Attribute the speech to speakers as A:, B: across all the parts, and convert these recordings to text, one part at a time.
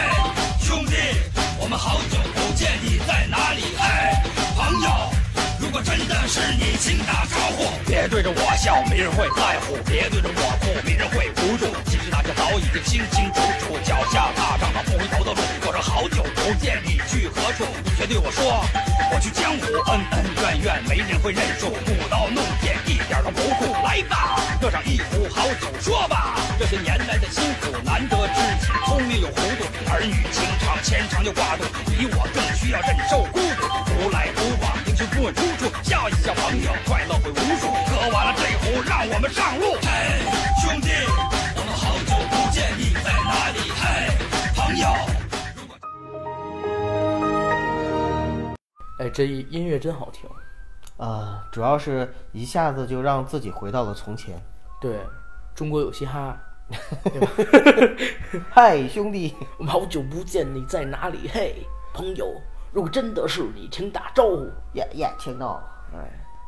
A: 哎别对着我笑，没人会在乎；别对着我哭，没人会无助。其实大家早已经清清楚楚，脚下踏上了不回头的路。过了好久不见，你去何处？你却对我说，我去江湖。恩恩怨怨，没人会认输。舞刀弄剑，一点都不酷。来吧，喝上一壶好酒，说吧，这些年来的辛苦，难得知己，聪明有糊涂，儿女情长牵肠又挂肚。你我更需要忍受孤独，独来独往，英雄不问出处。笑一笑，朋友，快乐会无数。喝完了这壶，让我们上路。嘿，兄弟，我们好久不见，你在哪里？嘿，朋友。如果
B: 哎，这一音乐真好听。
C: 呃，主要是一下子就让自己回到了从前。
B: 对，中国有嘻哈。
C: 嗨，兄弟，
B: 我 们好久不见，你在哪里？嘿，朋友，如果真的是你，请打招呼。
C: 呀呀，天呐，哎，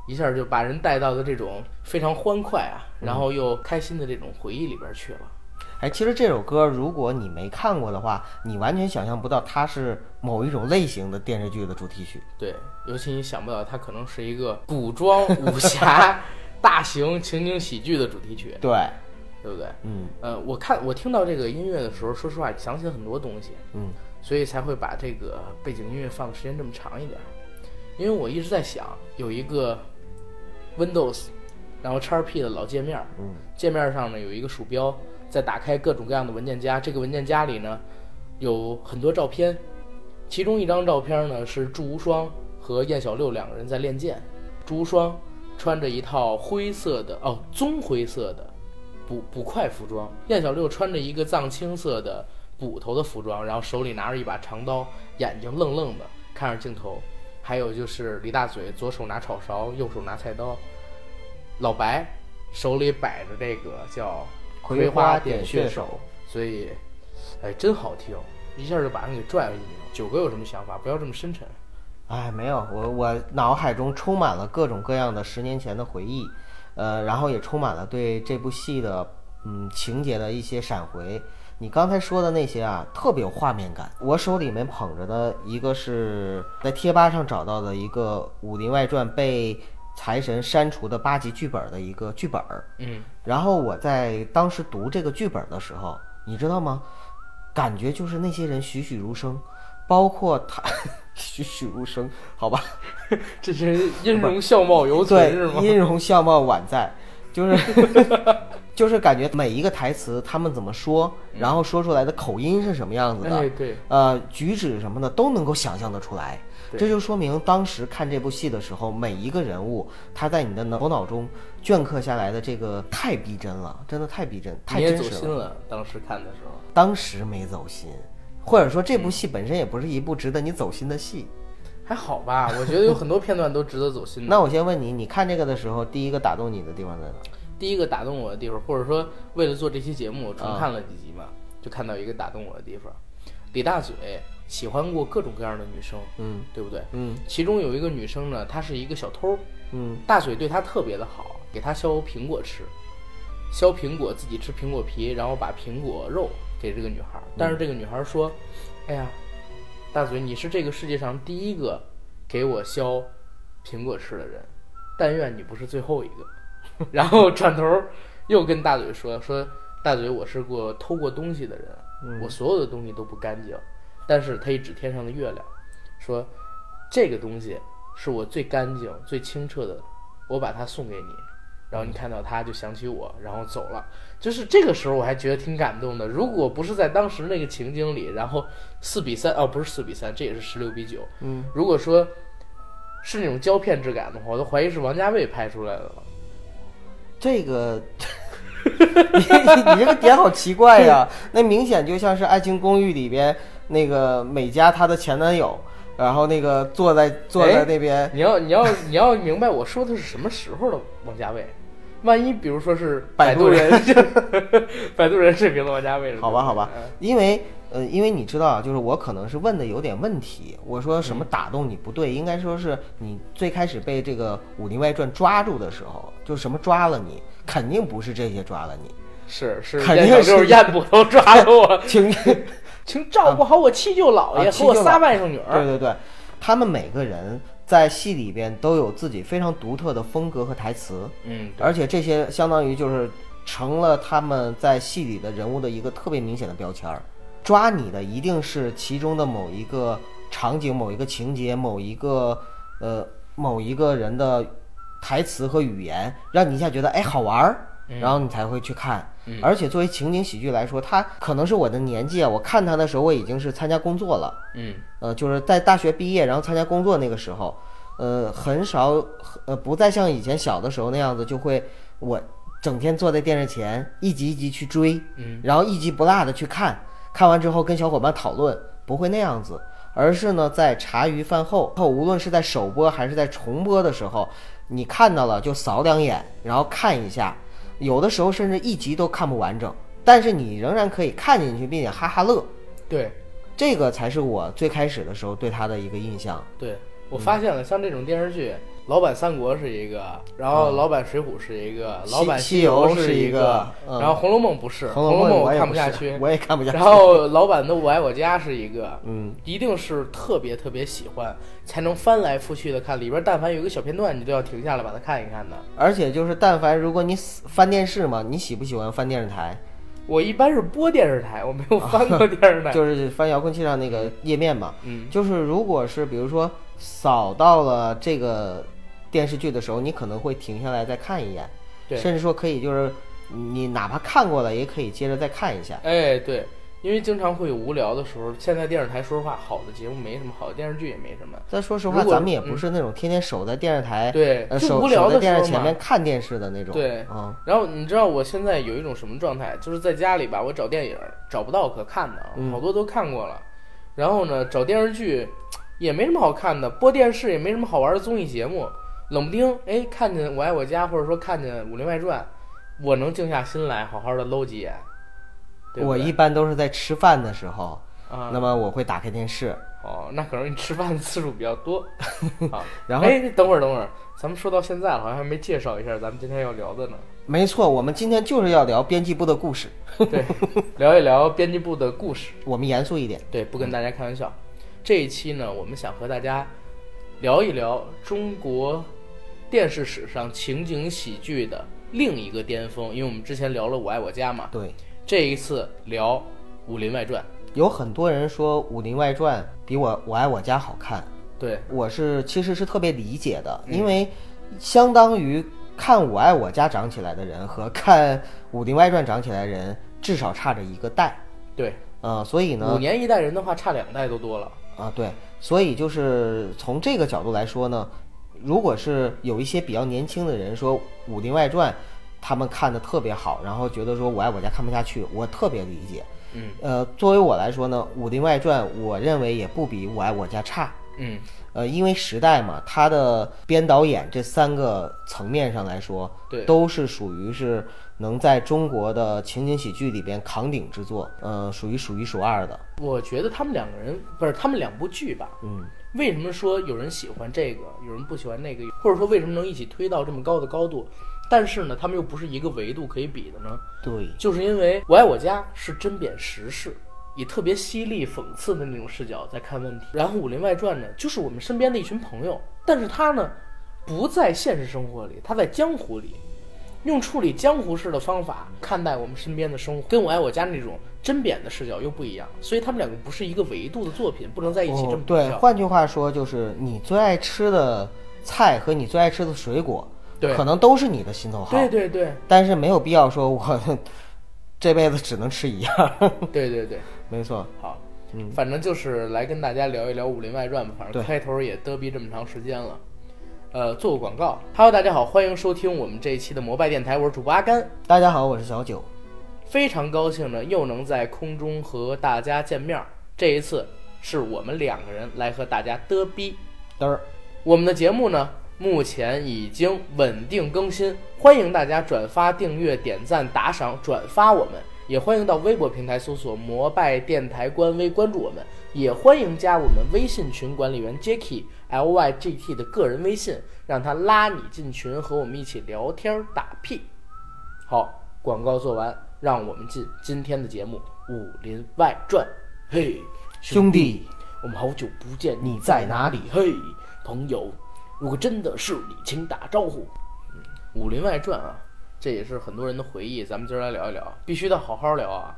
B: 一下就把人带到了这种非常欢快啊，然后又开心的这种回忆里边去了。
C: 哎，其实这首歌如果你没看过的话，你完全想象不到它是某一种类型的电视剧的主题曲。
B: 对，尤其你想不到，它可能是一个古装武侠大型情景喜剧的主题曲，
C: 对，
B: 对不对？
C: 嗯
B: 呃，我看我听到这个音乐的时候，说实话想起了很多东西，
C: 嗯，
B: 所以才会把这个背景音乐放的时间这么长一点儿。因为我一直在想，有一个 Windows，然后 XP 的老界面，嗯，界面上呢有一个鼠标，在打开各种各样的文件夹，这个文件夹里呢有很多照片，其中一张照片呢是祝无双和燕小六两个人在练剑，祝无双穿着一套灰色的哦棕灰色的捕捕快服装，燕小六穿着一个藏青色的捕头的服装，然后手里拿着一把长刀，眼睛愣愣的看着镜头。还有就是李大嘴左手拿炒勺，右手拿菜刀，老白手里摆着这个叫葵花点穴手，所以，哎，真好听，一下就把人给拽了一牛。九哥有什么想法？不要这么深沉。
C: 哎，没有，我我脑海中充满了各种各样的十年前的回忆，呃，然后也充满了对这部戏的嗯情节的一些闪回。你刚才说的那些啊，特别有画面感。我手里面捧着的一个是在贴吧上找到的一个《武林外传》被财神删除的八集剧本的一个剧本儿，
B: 嗯，
C: 然后我在当时读这个剧本的时候，你知道吗？感觉就是那些人栩栩如生，包括他 栩栩如生，好吧？
B: 这是音容笑貌犹存是吗
C: 对，？音容笑貌宛在，就是 就是感觉每一个台词他们怎么说，然后说出来的口音是什么样子的，
B: 嗯哎，对，
C: 呃，举止什么的都能够想象得出来。
B: 对
C: 这就说明当时看这部戏的时候，每一个人物他在你的头脑中镌刻下来的这个太逼真了，真的太逼真，太
B: 你也
C: 真
B: 走
C: 实
B: 心了，当时看的时候。
C: 当时没走心，或者说这部戏本身也不是一部值得你走心的戏。
B: 还好 吧，我觉得有很多片段都值得走心的。
C: 那我先问你，你看这个的时候，第一个打动你的地方在哪？
B: 第一个打动我的地方，或者说为了做这期节目，我重看了几集
C: 嗯
B: 嘛，就看到一个打动我的地方。李大嘴喜欢过各种各样的女生，
C: 嗯
B: 对不对？
C: 嗯
B: 其中有一个女生呢，她是一个小偷，
C: 嗯，
B: 大嘴对她特别的好，给她削苹果吃，削苹果自己吃苹果皮，然后把苹果肉给这个女孩儿。但是这个女孩儿说：“哎呀，大嘴，你是这个世界上第一个给我削苹果吃的人，但愿你不是最后一个。” 然后转头又跟大嘴说：“说大嘴，我是过偷过东西的人，我所有的东西都不干净。”但是他一指天上的月亮，说：“这个东西是我最干净、最清澈的，我把它送给你。”然
C: 嗯
B: 后你看到它就想起我，然后走了。就是这个时候我还觉得挺感动的。如果不是在当时那个情景里，然后四比三哦，不是四比三，这也是十六比九。嗯，如果说是那种胶片质感的话，我都怀疑是王家卫拍出来的了。
C: 这个。 你你这个点好奇怪呀！那明显就像是《爱情公寓》里边那个美嘉她的前男友，然后那个坐在坐在那边，
B: 你要你要你要明白我说的是什么时候的王家卫。万一比如说是
C: 摆渡
B: 渡人， 摆渡人水平的王家卫了，
C: 好吧，好吧
B: 嗯，
C: 因为呃，因为你知道啊，就是我可能是问的有点问题，我说什么打动你不对，应该说是你最开始被这个《武林外传》抓住的时候，就什么抓了你，肯定不是这些抓了你，
B: 是是，
C: 肯
B: 燕
C: 定
B: 小 六
C: 是
B: 燕捕头抓了我，
C: 请 你
B: 请照顾好我七舅姥爷和我
C: 啊七舅
B: 仨
C: 姥
B: 外甥女儿。
C: 对对对，他们每个人在戏里边都有自己非常独特的风格和台词，
B: 嗯，对
C: 而且这些相当于就是成了他们在戏里的人物的一个特别明显的标签儿。抓你的一定是其中的某一个场景、某一个情节、某一个呃某一个人的台词和语言，让你一下觉得哎好玩儿，
B: 嗯
C: 然后你才会去看。而且作为情景喜剧来说，它可能是我的年纪啊，我看它的时候我已经是参加工作了。
B: 嗯
C: 呃，就是在大学毕业，然后参加工作那个时候，呃，很少，呃，不再像以前小的时候那样子，就会我整天坐在电视前一集一集去追，
B: 嗯，
C: 然后一集不落的去看，看完之后跟小伙伴讨论，不会那样子，而是呢，在茶余饭后，后无论是在首播还是在重播的时候，你看到了就扫两眼，然后看一下，有的时候甚至一集都看不完整，但是你仍然可以看进去，并且哈哈乐。
B: 对
C: 这个才是我最开始的时候对他的一个印象。
B: 对，我
C: 嗯
B: 发现了，像这种电视剧，老版三国是一个，然后老版水浒是一个，
C: 嗯西
B: 老版
C: 啊西游
B: 游
C: 是一
B: 一
C: 个嗯
B: 然后红楼梦不是，
C: 红
B: 楼
C: 楼梦
B: 我
C: 也
B: 看
C: 不
B: 下
C: 是
B: 去，
C: 我也看不下去。
B: 然后老版的我爱我家是一个，
C: 嗯，
B: 一定是特别特别喜欢，才能翻来覆去的看。里边但凡有一个小片段，你都要停下来把它看一看的。
C: 而且就是，但凡如果你喜翻电视嘛，你喜不喜欢翻电视台？
B: 我一般是播电视台，我没有翻 过电视台。
C: 就是翻遥控器上那个页面嘛。
B: 嗯
C: 就是如果是比如说扫到了这个电视剧的时候，你可能会停下来再看一眼，
B: 对
C: 甚至说可以就是你哪怕看过了，也可以接着再看一下。
B: 哎，对，因为经常会有无聊的时候。现在电视台说实话，好的节目没什么，好的电视剧也没什么。
C: 但说实话，
B: 如果
C: 咱们也不是那种天天守在电视台，
B: 对
C: 呃，
B: 就
C: 守
B: 无聊
C: 守在
B: 的
C: 电视
B: 时候
C: 前
B: 嘛
C: 面看电视的那种。
B: 对
C: 嗯，
B: 然后你知道我现在有一种什么状态？就是在家里吧，我找电影找不到可看的
C: 嗯
B: 啊，好多都看过了。然后呢，找电视剧也没什么好看的，播电视也没什么好玩的综艺节目。冷不丁哎，看见《我爱我家》或者说看见《武林外传》，我能静下心来好好的搂几眼。对不
C: 我
B: 对
C: 一般都是在吃饭的时候，
B: 啊，
C: 那么我会打开电视。
B: 哦，那可能你吃饭的次数比较 多。啊，
C: 然后
B: 哎，等会儿等会儿，咱们说到现在了，好像还没介绍一下咱们今天要聊的呢。
C: 没错，我们今天就是要聊编辑部的故事。
B: 对，聊一聊编辑部的故事。
C: 我们严肃一点，
B: 对，不跟大家开玩笑。这一期呢，我们想和大家聊一聊中国电视史上情景喜剧的另一个巅峰，因为我们之前聊了《我爱我家》嘛，
C: 对，
B: 这一次聊《武林外传
C: 有很多人说《武林外传》比我《我爱我家》好看，》。
B: 对，
C: 我是其实是特别理解的，
B: 嗯
C: 因为相当于看《我爱我家》长起来的人和看《武林外传》长起来的人，至少差着一个代。
B: 对，
C: 呃，所以呢，
B: 五年一代人的话，差两代都多了。
C: 啊，对，所以就是从这个角度来说呢，如果是有一些比较年轻的人说《武林外传》，他们看的特别好，然后觉得说我爱我家看不下去，我特别理解。
B: 嗯，
C: 呃，作为我来说呢，《武林外传》我认为也不比我爱我家差。
B: 嗯，
C: 呃，因为时代嘛，它的编导演这三个层面上来说，
B: 对
C: 都是属于是能在中国的情景喜剧里边扛鼎之作，呃，属于数一数二的。
B: 我觉得他们两个人不是他们两部剧吧？
C: 嗯，
B: 为什么说有人喜欢这个，有人不喜欢那个，或者说为什么能一起推到这么高的高度？但是呢，他们又不是一个维度可以比的呢？
C: 对，
B: 就是因为《我爱我家》是针砭时事，以特别犀利、讽刺的那种视角在看问题。然后《武林外传》呢，就是我们身边的一群朋友，但是他呢，不在现实生活里，他在江湖里，用处理江湖式的方法看待我们身边的生活，跟《我爱我家》那种针砭的视角又不一样。所以他们两个不是一个维度的作品，不能在一起这
C: 哦
B: 么、比
C: 对，
B: 较
C: 换句话说，就是你最爱吃的菜和你最爱吃的水果，
B: 对
C: 可能都是你的心头好，
B: 对对对
C: 但是没有必要说我 这辈子只能吃一样。
B: 对对对，
C: 没错，
B: 好。反正就是来跟大家聊一聊《武林外传》吧。反正开头也嘚逼这么长时间了，呃，做个广告。Hello，大家好，欢迎收听我们这一期的摩拜电台，我是主播阿甘。
C: 大家好，我是小九。
B: 非常高兴呢，又能在空中和大家见面儿。这一次是我们两个人来和大家嘚逼。
C: 嘚儿，
B: 我们的节目呢，目前已经稳定更新，欢迎大家转发、订阅、点赞、打赏、转发我们，也欢迎到微博平台搜索“摩拜电台”官微关注我们，也欢迎加我们微信群管理员 Jacky L Y G T 的个人微信，让他拉你进群，和我们一起聊天儿打屁。好，广告做完，让我们进今天的节目《武林外传》。嘿，
C: 兄弟，
B: 我们好久不见，嗯
C: 你在哪里？
B: 嘿，朋友，如果真的是你，请打招呼。嗯《武林外传》啊，这也是很多人的回忆，咱们今儿来聊一聊，必须得好好聊啊，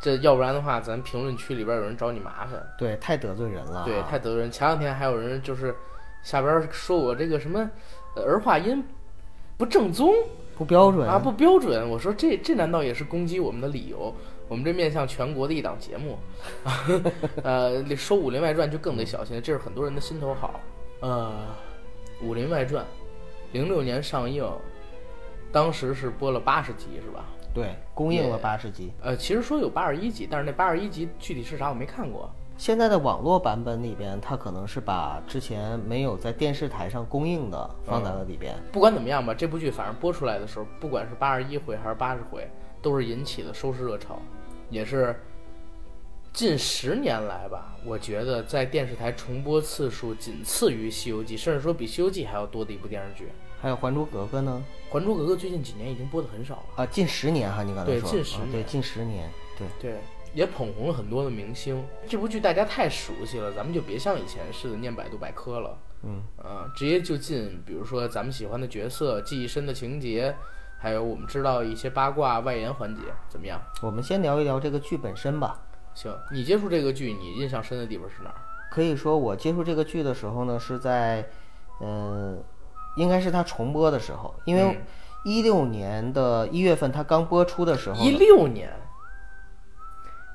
B: 这要不然的话，咱评论区里边有人找你麻烦。
C: 对，太得罪人了啊。
B: 对，太得罪人。前两天还有人就是下边说我这个什么呃儿化音不正宗
C: 不标准
B: 啊，不标准。我说这这难道也是攻击我们的理由？我们这面向全国的一档节目， 呃，说《武林外传》就更得小心，这是很多人的心头好。呃，《武林外传》零六年上映，当时是播了八十集是吧？
C: 对，供应了
B: 也
C: 八十集。
B: 呃，其实说有八十一集，但是那八十一集具体是啥我没看过。
C: 现在的网络版本里边，它可能是把之前没有在电视台上供应的放在了
B: 嗯
C: 里边。
B: 不管怎么样吧，这部剧反正播出来的时候，不管是八十一回还是八十回，都是引起了收视热潮，也是近十年来吧，我觉得在电视台重播次数仅次于《西游记》，甚至说比《西游记》还要多的一部电视剧。
C: 还有《还珠格格》呢？
B: 《还珠格格》最近几年已经播的很少了，
C: 啊，近十年哈，你刚才
B: 对
C: 说
B: 近十
C: 啊
B: 年
C: 对近十年，对
B: 对，也捧红了很多的明星。这部剧大家太熟悉了，咱们就别像以前似的念百度百科了。
C: 嗯，
B: 呃，直接就进，比如说咱们喜欢的角色、记忆深的情节，还有我们知道一些八卦外延环节，怎么样？
C: 我们先聊一聊这个剧本身吧。
B: 行，你接触这个剧，你印象深的地方是哪儿？
C: 可以说，我接触这个剧的时候呢，是在，嗯、应该是它重播的时候，因为
B: 嗯
C: 一六年的一月份它刚播出的时候呢，
B: 一六年，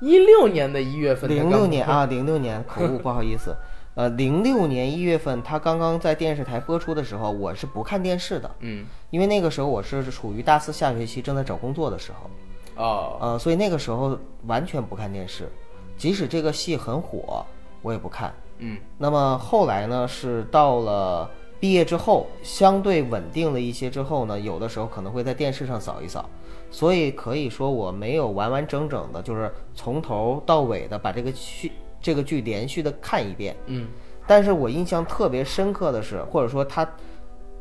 B: 一六年的一月份，
C: 零六年，啊，零 六年，口误，不好意思。呃，零六年一月份，它刚刚在电视台播出的时候，我是不看电视的，
B: 嗯，
C: 因为那个时候我是处于大四下学期正在找工作的时候，
B: 哦，
C: 呃，所以那个时候完全不看电视，即使这个戏很火，我也不看。
B: 嗯，
C: 那么后来呢，是到了毕业之后，相对稳定了一些之后呢，有的时候可能会在电视上扫一扫，所以可以说我没有完完整整的，就是从头到尾的把这个剧这个剧连续的看一遍。
B: 嗯，
C: 但是我印象特别深刻的是，或者说他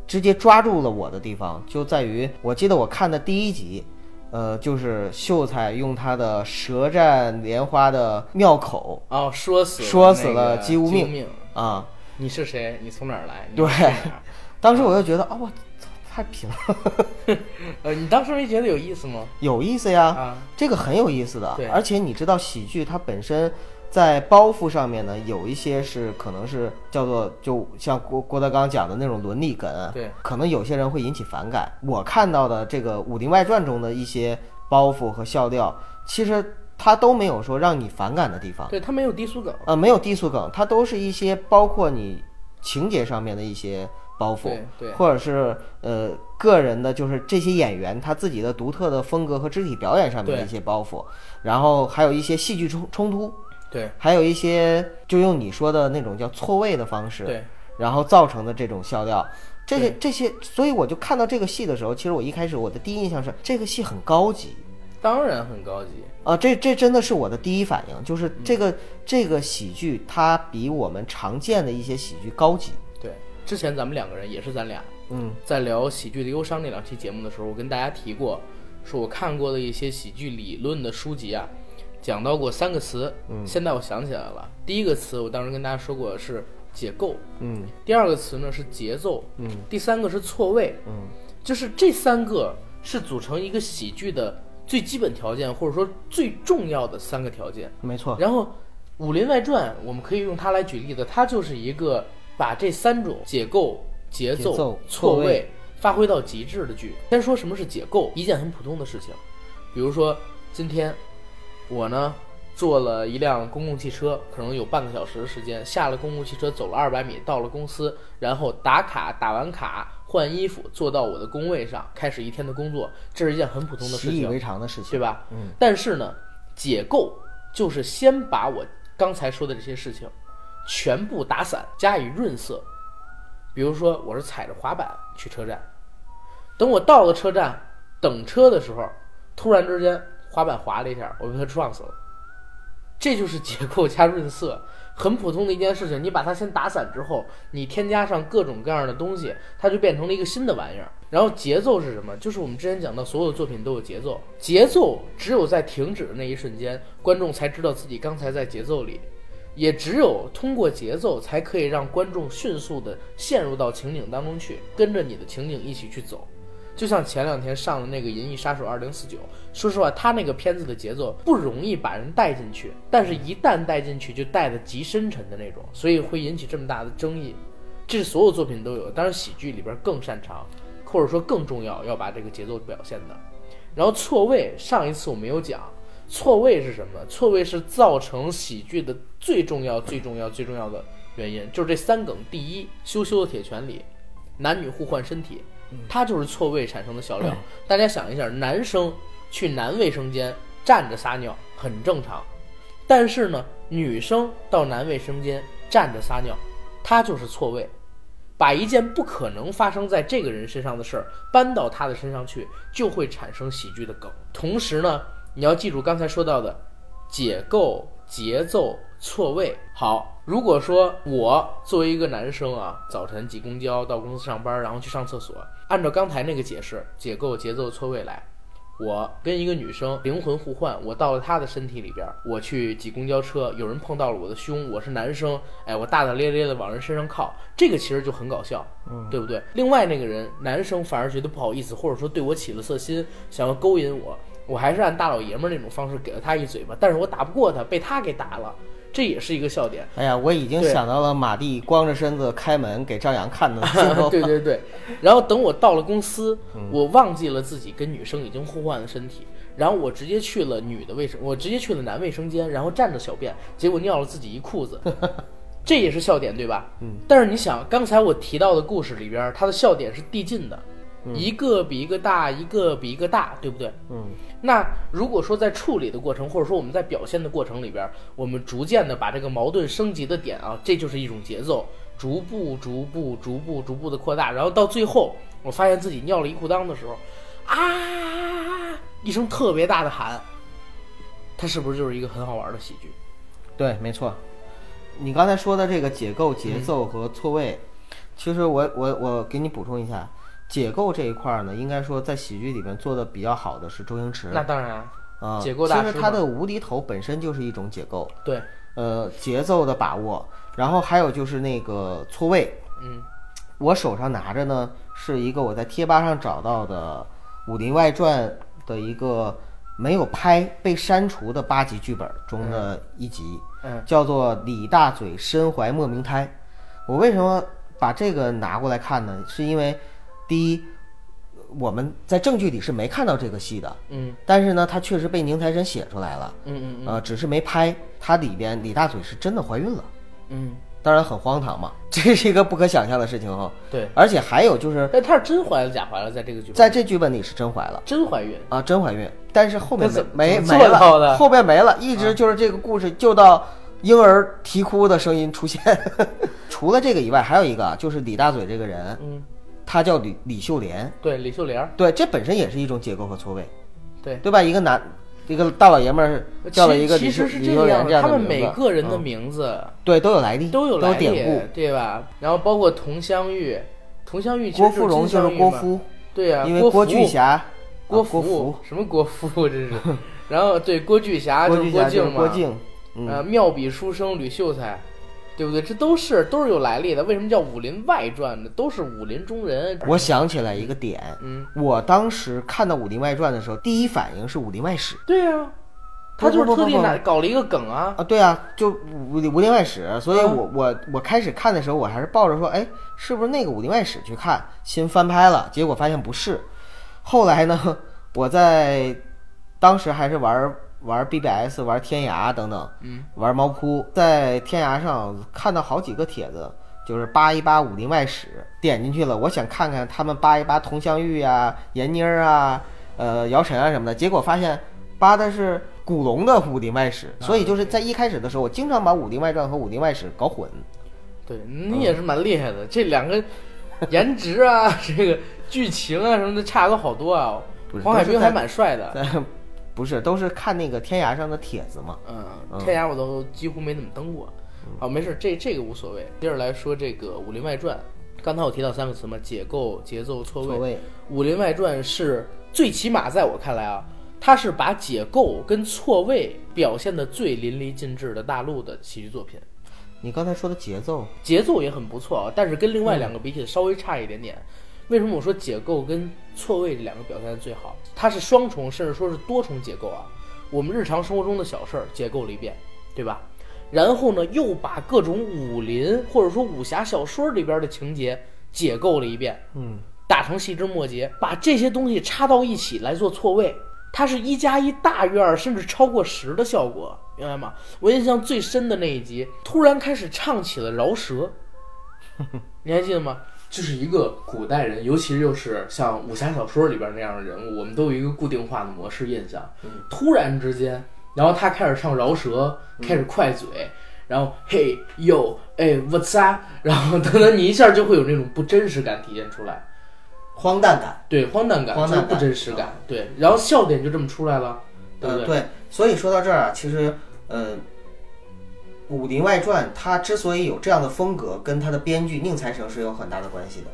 C: 直接抓住了我的地方，就在于我记得我看的第一集，呃，就是秀才用他的舌战莲花的 妙口
B: 哦，说死了
C: 说死
B: 那个
C: 了姬无命
B: 命，
C: 啊。
B: 你是谁？你从哪儿来？你
C: 对
B: 去哪
C: 当时我就觉得，哦，我操，太贫了，
B: 儿？呃，你当时没觉得有意思吗？
C: 有意思呀，
B: 啊
C: 这个很有意思的
B: 对。
C: 而且你知道，喜剧它本身在包袱上面呢，有一些是可能是叫做，就像郭郭德纲讲的那种伦理梗，
B: 对，
C: 可能有些人会引起反感。我看到的这个《武林外传》中的一些包袱和笑料，其实它都没有说让你反感的地方。
B: 对他没有低俗梗，
C: 呃，没有低俗梗，它都是一些包括你情节上面的一些包袱
B: 对，对
C: 或者是呃个人的，就是这些演员他自己的独特的风格和肢体表演上面的
B: 对
C: 一些包袱，然后还有一些戏剧冲冲突，
B: 对
C: 还有一些就用你说的那种叫错位的方式，
B: 对，
C: 然后造成的这种笑料。这些
B: 对
C: 这些，所以我就看到这个戏的时候，其实我一开始我的第一印象是这个戏很高级，
B: 当然很高级，
C: 啊，这这真的是我的第一反应，就是
B: 嗯
C: 这个、这个喜剧它比我们常见的一些喜剧高级。
B: 对。之前咱们两个人也是咱俩，
C: 嗯，
B: 在聊《喜剧的忧伤》那两期节目的时候，我跟大家提过，说我看过的一些喜剧理论的书籍啊，讲到过三个词。嗯，现在我想起来了，第一个词我当时跟大家说过是解构，
C: 嗯，
B: 第二个词呢是节奏，嗯，第三个是错位，
C: 嗯，
B: 就是这三个是组成一个喜剧的最基本条件，或者说最重要的三个条件。
C: 没错，
B: 然后《武林外传》，我们可以用它来举例子，它就是一个把这三种解构、节奏、
C: 节奏
B: 错
C: 错
B: 位
C: 位
B: 发挥到极致的剧。先说什么是解构，一件很普通的事情，比如说今天我呢坐了一辆公共汽车，可能有半个小时的时间，下了公共汽车走了二百米，到了公司，然后打卡，打完卡。换衣服，坐到我的工位上，开始一天的工作，这是一件很普通的事
C: 习以
B: 情。
C: 为常的事情，
B: 对？吧？
C: 嗯。
B: 但是呢，解构就是先把我刚才说的这些事情全部打散，加以润色。比如说，我是踩着滑板去车站，等我到了车站等车的时候，突然之间滑板滑了一下，我被它撞死了。这就是结构加润色，很普通的一件事情。你把它先打散之后，你添加上各种各样的东西，它就变成了一个新的玩意儿。然后节奏是什么？就是我们之前讲到，所有作品都有节奏，节奏只有在停止的那一瞬间，观众才知道自己刚才在节奏里。也只有通过节奏，才可以让观众迅速的陷入到情景当中去，跟着你的情景一起去走。就像前两天上的那个《银翼杀手二零四九》，说实话，他那个片子的节奏不容易把人带进去，但是一旦带进去，就带的极深沉的那种，所以会引起这么大的争议。这是所有作品都有，当然喜剧里边更擅长，或者说更重要，要把这个节奏表现的。然后错位，上一次我没有讲，错位是什么？错位是造成喜剧的最重要、最重要、最重要的原因，就是这三梗。第一，羞羞的铁拳里，男女互换身体，它就是错位产生的笑料。大家想一下，男生去男卫生间站着撒尿很正常，但是呢，女生到男卫生间站着撒尿，她就是错位，把一件不可能发生在这个人身上的事儿搬到他的身上去，就会产生喜剧的梗。同时呢，你要记住刚才说到的解构、节奏、错位。好，如果说我作为一个男生啊，早晨挤公交到公司上班，然后去上厕所，按照刚才那个解释，解构、节奏、错位来，我跟一个女生灵魂互换，我到了她的身体里边，我去挤公交车，有人碰到了我的胸，我是男生，哎，我大大咧咧的往人身上靠，这个其实就很搞笑，嗯，对不对？另外那个人男生反而觉得不好意思，或者说对我起了色心，想要勾引我，我还是按大老爷们儿那种方式给了他一嘴巴，但是我打不过他，被他给打了，这也是一个笑点。
C: 哎呀，我已经
B: 对
C: 想到了马蒂光着身子开门给赵阳 看的镜头。
B: 对对对，然后等我到了公司，我忘记了自己跟女生已经互换了身体，然后我直接去了女的卫生，我直接去了男卫生间，然后站着小便，结果尿了自己一裤子，这也是笑点对吧？嗯。但是你想，刚才我提到的故事里边儿，它的笑点是递进的，一个比一个大，一个比一个大，对不对？
C: 嗯，
B: 那如果说在处理的过程，或者说我们在表现的过程里边，我们逐渐的把这个矛盾升级的点啊，这就是一种节奏，逐步、逐步、逐步、逐步的扩大，然后到最后，我发现自己尿了一裤裆的时候，啊一声特别大的喊，它是不是就是一个很好玩的喜剧？
C: 对，没错。你刚才说的这个解构、节奏和错位，其实我我我给你补充一下，解构这一块儿呢，应该说在喜剧里面做的比较好的是周星驰。
B: 那当然，
C: 啊，
B: 解构大
C: 其
B: 师
C: 实他
B: 嘛
C: 的无厘头本身就是一种解构，
B: 对，
C: 呃，节奏的把握，然后还有就是那个错位。
B: 嗯
C: 我手上拿着呢是一个我在贴吧上找到的《武林外传》的一个没有拍被删除的八集剧本中的一集。
B: 嗯，
C: 叫做李大嘴身怀莫名胎。我为什么把这个拿过来看呢？是因为第一，我们在正剧里是没看到这个戏的，
B: 嗯，
C: 但是呢，它确实被宁财神写出来了，
B: 嗯嗯
C: 呃，只是没拍。它里边李大嘴是真的怀孕了，
B: 嗯，
C: 当然很荒唐嘛， 这是一个不可想象的事情哈、
B: 对。
C: 而且还有就是，
B: 但他是真怀了假怀了，在这个剧本
C: 在这剧本里是真怀了。
B: 真怀孕，
C: 啊，真怀孕，但是后面
B: 那怎
C: 没没
B: 怎么
C: 没
B: 做到的啊
C: 了，后面没了，一直就是这个故事就到婴儿啼哭的声音出现。 除了这个以外，还有一个啊，就是李大嘴这个人，
B: 嗯，
C: 他叫李李秀莲，
B: 对李秀莲儿，
C: 对，这本身也是一种解构和错位，
B: 对。
C: 对吧？一个男，一个大老爷们儿叫了一个
B: 其
C: 李秀
B: 实是
C: 李秀
B: 这
C: 莲
B: 样
C: 这样
B: 他
C: 的
B: 们
C: 名字，
B: 每个人的
C: 嗯
B: 名字
C: 对都有来历，
B: 都有来
C: 都
B: 历，
C: 典故。
B: 对吧？然后包括佟湘玉，佟湘玉其实
C: 郭富荣
B: 金
C: 就
B: 镶
C: 是
B: 玉
C: 郭
B: 嘛，
C: 芙，
B: 对呀、
C: 因为
B: 郭
C: 郭
B: 芙
C: 巨、侠，
B: 郭
C: 啊郭
B: 芙
C: 芙，
B: 什么郭芙这 是？然后对郭巨侠
C: 郭
B: 啊就
C: 巨
B: 是
C: 侠就
B: 靖
C: 是
B: 嘛，
C: 郭靖，
B: 呃，
C: 嗯，
B: 妙笔书生吕秀才，对不对？这都是都是有来历的。为什么叫《武林外传》呢？都是武林中人。
C: 我想起来一个点，
B: 嗯，
C: 我当时看到《武林外传》的时候，第一反应是《武林外史
B: 对呀、他就是
C: 不不不
B: 特地
C: 不
B: 拿搞了一个梗啊。
C: 啊，对啊，就《武武林外史》，所以
B: 嗯
C: 我我我开始看的时候，我还是抱着说，哎，是不是那个《武林外史》去看新翻拍了？结果发现不是。后来呢， 我在当时还是玩玩 BBS、玩天涯等等，
B: 嗯，
C: 玩猫扑，在天涯上看到好几个帖子，就是扒一扒《武林外史》，点进去了，我想看看他们扒一扒佟湘玉啊、闫妮儿啊、呃、姚晨啊什么的，结果发现扒的是古龙的《武林外史》，所以就是在一开始的时候，我经常把《武林外传》和《武林外史》搞混。
B: 对
C: 嗯
B: 你也是蛮厉害的，这两个颜值啊， 这个剧情啊什么的差都好多啊
C: 不。是
B: 黄海
C: 都是
B: 冰还
C: 在
B: 蛮帅的，
C: 但不是，都是看那个天涯上的帖子嘛。
B: 嗯，
C: 嗯
B: 天涯我都几乎没怎么登过。好，没事，这这个无所谓。接着来说这个《武林外传》，刚才我提到三个词嘛，解构、节奏、错位。
C: 错位
B: 武林外传》是最起码在我看来啊，它是把解构跟错位表现的最淋漓尽致的大陆的喜剧作品，
C: 你刚才说的节奏，
B: 节奏也很不错啊，但是跟另外两个比起来稍微差一点点。为什么我说解构跟错位这两个表现的最好？它是双重，甚至说是多重解构啊。我们日常生活中的小事儿解构了一遍，对吧？然后呢，又把各种武林或者说武侠小说里边的情节解构了一遍，
C: 嗯，
B: 打成细枝末节，把这些东西插到一起来做错位，它是一加一大于二，甚至超过十的效果，明白吗？我印象最深的那一集，突然开始唱起了饶 舌，你还记得吗？就是一个古代人，尤其又是像武侠小说里边那样的人物，我们都有一个固定化的模式印象。突然之间，然后他开始唱饶舌，开始快嘴，然后嘿哟哎 what's up，然后等等，你一下就会有那种不真实感体现出来。
C: 荒诞感。
B: 对，荒诞感，
C: 荒
B: 就
C: 诞
B: 是
C: 感嗯
B: 不真实感，对，然后笑点就这么出来了，对不
C: 呃，
B: 对？
C: 对，所以说到这儿啊，其实，呃，《武林外传》它之所以有这样的风格，跟它的编剧宁财神是有很大的关系的，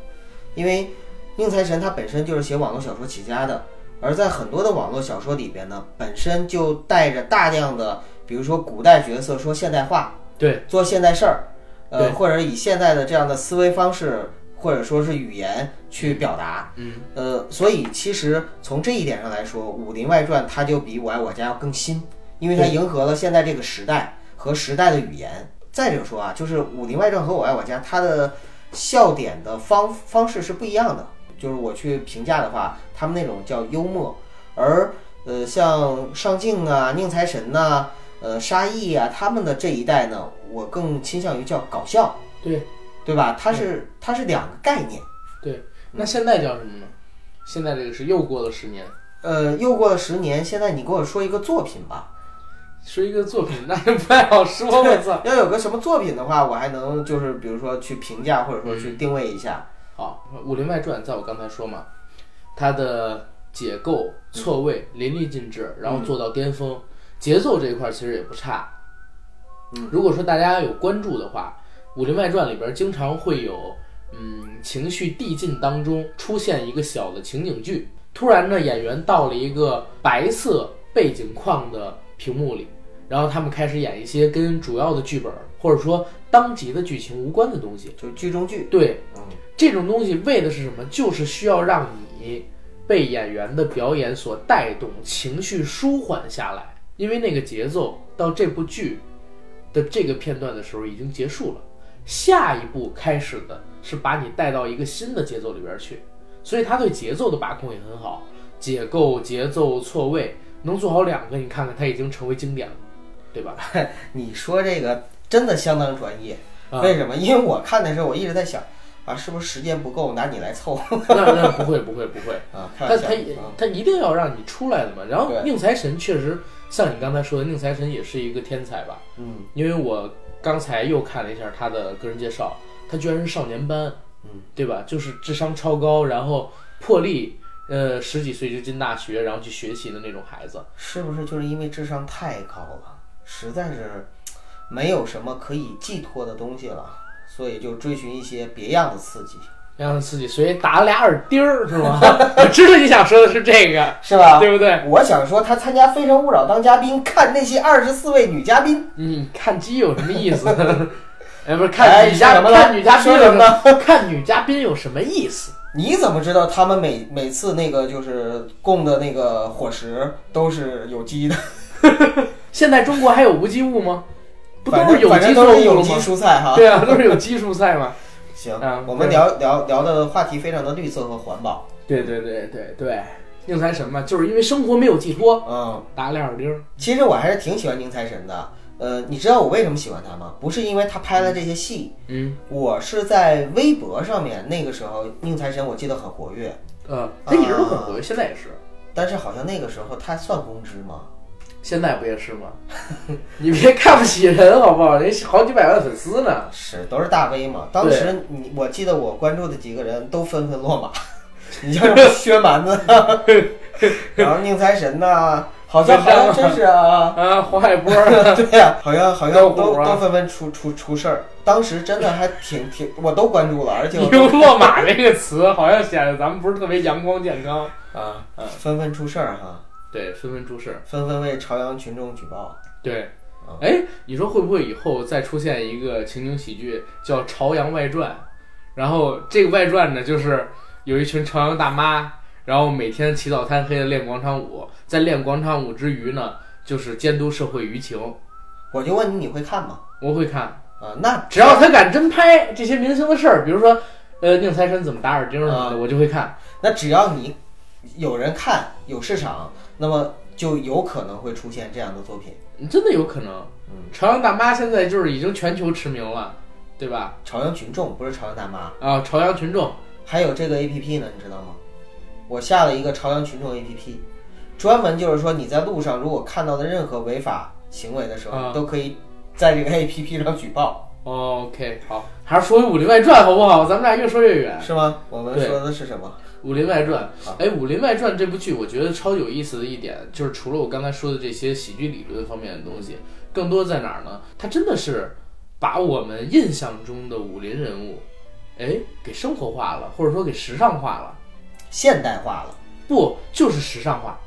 C: 因为宁财神他本身就是写网络小说起家的，而在很多的网络小说里边呢，本身就带着大量的，比如说古代角色说现代化，
B: 对，
C: 做现代事儿，
B: 对
C: 呃，或者以现代的这样的思维方式或者说是语言去表达，
B: 嗯，
C: 呃，所以其实从这一点上来说，《武林外传》它就比《我爱我家》要更新，因为它
B: 对
C: 迎合了现在这个时代和时代的语言。再者说啊，就是《武林外传》和《我爱我家》它的笑点的方方式是不一样的。就是我去评价的话，他们那种叫幽默，而呃，像上镜啊、宁财神呐、呃沙溢啊，他们的这一代呢，我更倾向于叫搞笑，
B: 对
C: 对吧？它是它是两个概念。
B: 对。那现在叫什么呢？现在这个是又过了十年，
C: 呃，又过了十年，现在你给我说一个作品吧。
B: 说一个作品，那也不太好说。我操！
C: 要有个什么作品的话，我还能就是比如说去评价，或者说去定位一下。
B: 好，《武林外传》在我刚才说嘛，它的解构、错位淋漓尽致，然后做到巅峰，节奏这一块其实也不差。
C: 嗯
B: 如果说大家有关注的话，《武林外传》里边经常会有，嗯，情绪递进当中出现一个小的情景剧，突然呢，演员到了一个白色背景框的屏幕里，然后他们开始演一些跟主要的剧本或者说当集的剧情无关的东西。
C: 就是剧中剧，
B: 对，
C: 嗯，
B: 这种东西为的是什么？就是需要让你被演员的表演所带动，情绪舒缓下来。因为那个节奏到这部剧的这个片段的时候已经结束了，下一步开始的是把你带到一个新的节奏里边去，所以他对节奏的把控也很好，解构、节奏、错位能做好两个，你看看他已经成为经典了，对吧？
C: 你说这个真的相当专业。
B: 啊
C: 为什么？因为我看的时候，我一直在想，啊，是不是时间不够，拿你来凑
B: 那那不会不会不会，
C: 啊？开
B: 他
C: 玩笑
B: 他也
C: 啊，
B: 他一定要让你出来的嘛。然后
C: 对
B: 宁财神确实像你刚才说的，宁财神也是一个天才吧？
C: 嗯
B: 因为我刚才又看了一下他的个人介绍，他居然是少年班，
C: 嗯，
B: 对吧？就是智商超高，然后魄力，呃，十几岁就进大学，然后去学习的那种孩子。
C: 是不是就是因为智商太高了，实在是没有什么可以寄托的东西了，所以就追寻一些别样的刺激，
B: 让自己随便打了俩耳钉儿是吗？ 我知道你想说的是这个，
C: 是吧？
B: 对不对？
C: 我想说，他参加《非诚勿扰》当嘉宾，看那些二十四位女嘉宾，
B: 你嗯看鸡有什么意思？ 哎，不是
C: 哎
B: 看女嘉
C: 说什么呢
B: 看女嘉宾
C: 说
B: 有
C: 什么
B: 么？看女嘉宾有什么意思？
C: 你怎么知道他们每每次那个就是供的那个伙食都是有机的？
B: 现在中国还有无机物吗？不
C: 反
B: 都
C: 正
B: 是有
C: 反
B: 机
C: 正都
B: 作
C: 是
B: 物
C: 有
B: 了
C: 机
B: 吗？
C: 蔬菜哈。
B: 对啊，都是有机蔬菜嘛。
C: 行
B: 嗯，
C: 我们
B: 对
C: 聊聊聊的话题非常的绿色和环保。
B: 对对对对对，宁财神嘛，就是因为生活没有寄托，
C: 嗯，
B: 打俩耳钉儿。
C: 其实我还是挺喜欢宁财神的。呃，你知道我为什么喜欢他吗？不是因为他拍了这些戏，
B: 嗯，
C: 我是在微博上面那个时候，宁财神我记得很活跃，
B: 呃，他一直都很活跃，现在也是，
C: 但是好像那个时候他算公知吗？
B: 现在不也是吗？ 你别看不起人好不好？人家好几百万粉丝呢。
C: 是，都是大 V 嘛。当
B: 对
C: 时你，我记得我关注的几个人都纷纷落马， 你像什么薛蛮子， 然后宁财神呐、好 像好像真是啊，
B: 啊，黄海波
C: 对呀、好像好像
B: 高
C: 都
B: 虎啊
C: 都纷纷出出出事儿。当时真的还挺挺，我都关注了，而且我
B: 用“落马”这个词，好像显得咱们不是特别阳光健康。
C: 啊，纷纷出事儿哈。
B: 对，纷纷出事。
C: 纷纷为朝阳群众举报。
B: 对
C: 啊，
B: 哎，你说会不会以后再出现一个情景喜剧叫《朝阳外传》？然后这个外传呢，就是有一群朝阳大妈，然后每天起早贪黑的练广场舞，在练广场舞之余呢，就是监督社会舆情。
C: 我就问你，你会看吗？
B: 我会看，
C: 啊，那
B: 只要他敢真拍这些明星的事儿，比如说，呃，宁财神怎么打耳钉什么的，
C: 啊
B: 我就会看。
C: 那只要你有人看有市场，那么就有可能会出现这样的作品。
B: 真的有可能
C: 嗯，
B: 朝阳大妈现在就是已经全球驰名了，对吧？
C: 朝阳群众不是朝阳大妈，
B: 啊，朝阳群众，
C: 还有这个 A P P 呢，你知道吗？我下了一个朝阳群众 A P P，专门就是说你在路上如果看到的任何违法行为的时候，
B: 啊
C: 你都可以在这个 A P P 上举报，
B: OK，好，还是说《武林外传》好不好？咱们俩越说越远。《
C: 是吗？我们
B: 对
C: 说的是什么？
B: 武林外传
C: 好》
B: 哎，《武林外传》这部剧，我觉得超有意思的一点，就是除了我刚才说的这些喜剧理论方面的东西，更多在哪儿呢？它真的是把我们印象中的武林人物，哎，给生活化了，或者说给时尚化了。
C: 现代化了。
B: 不，就是时尚化，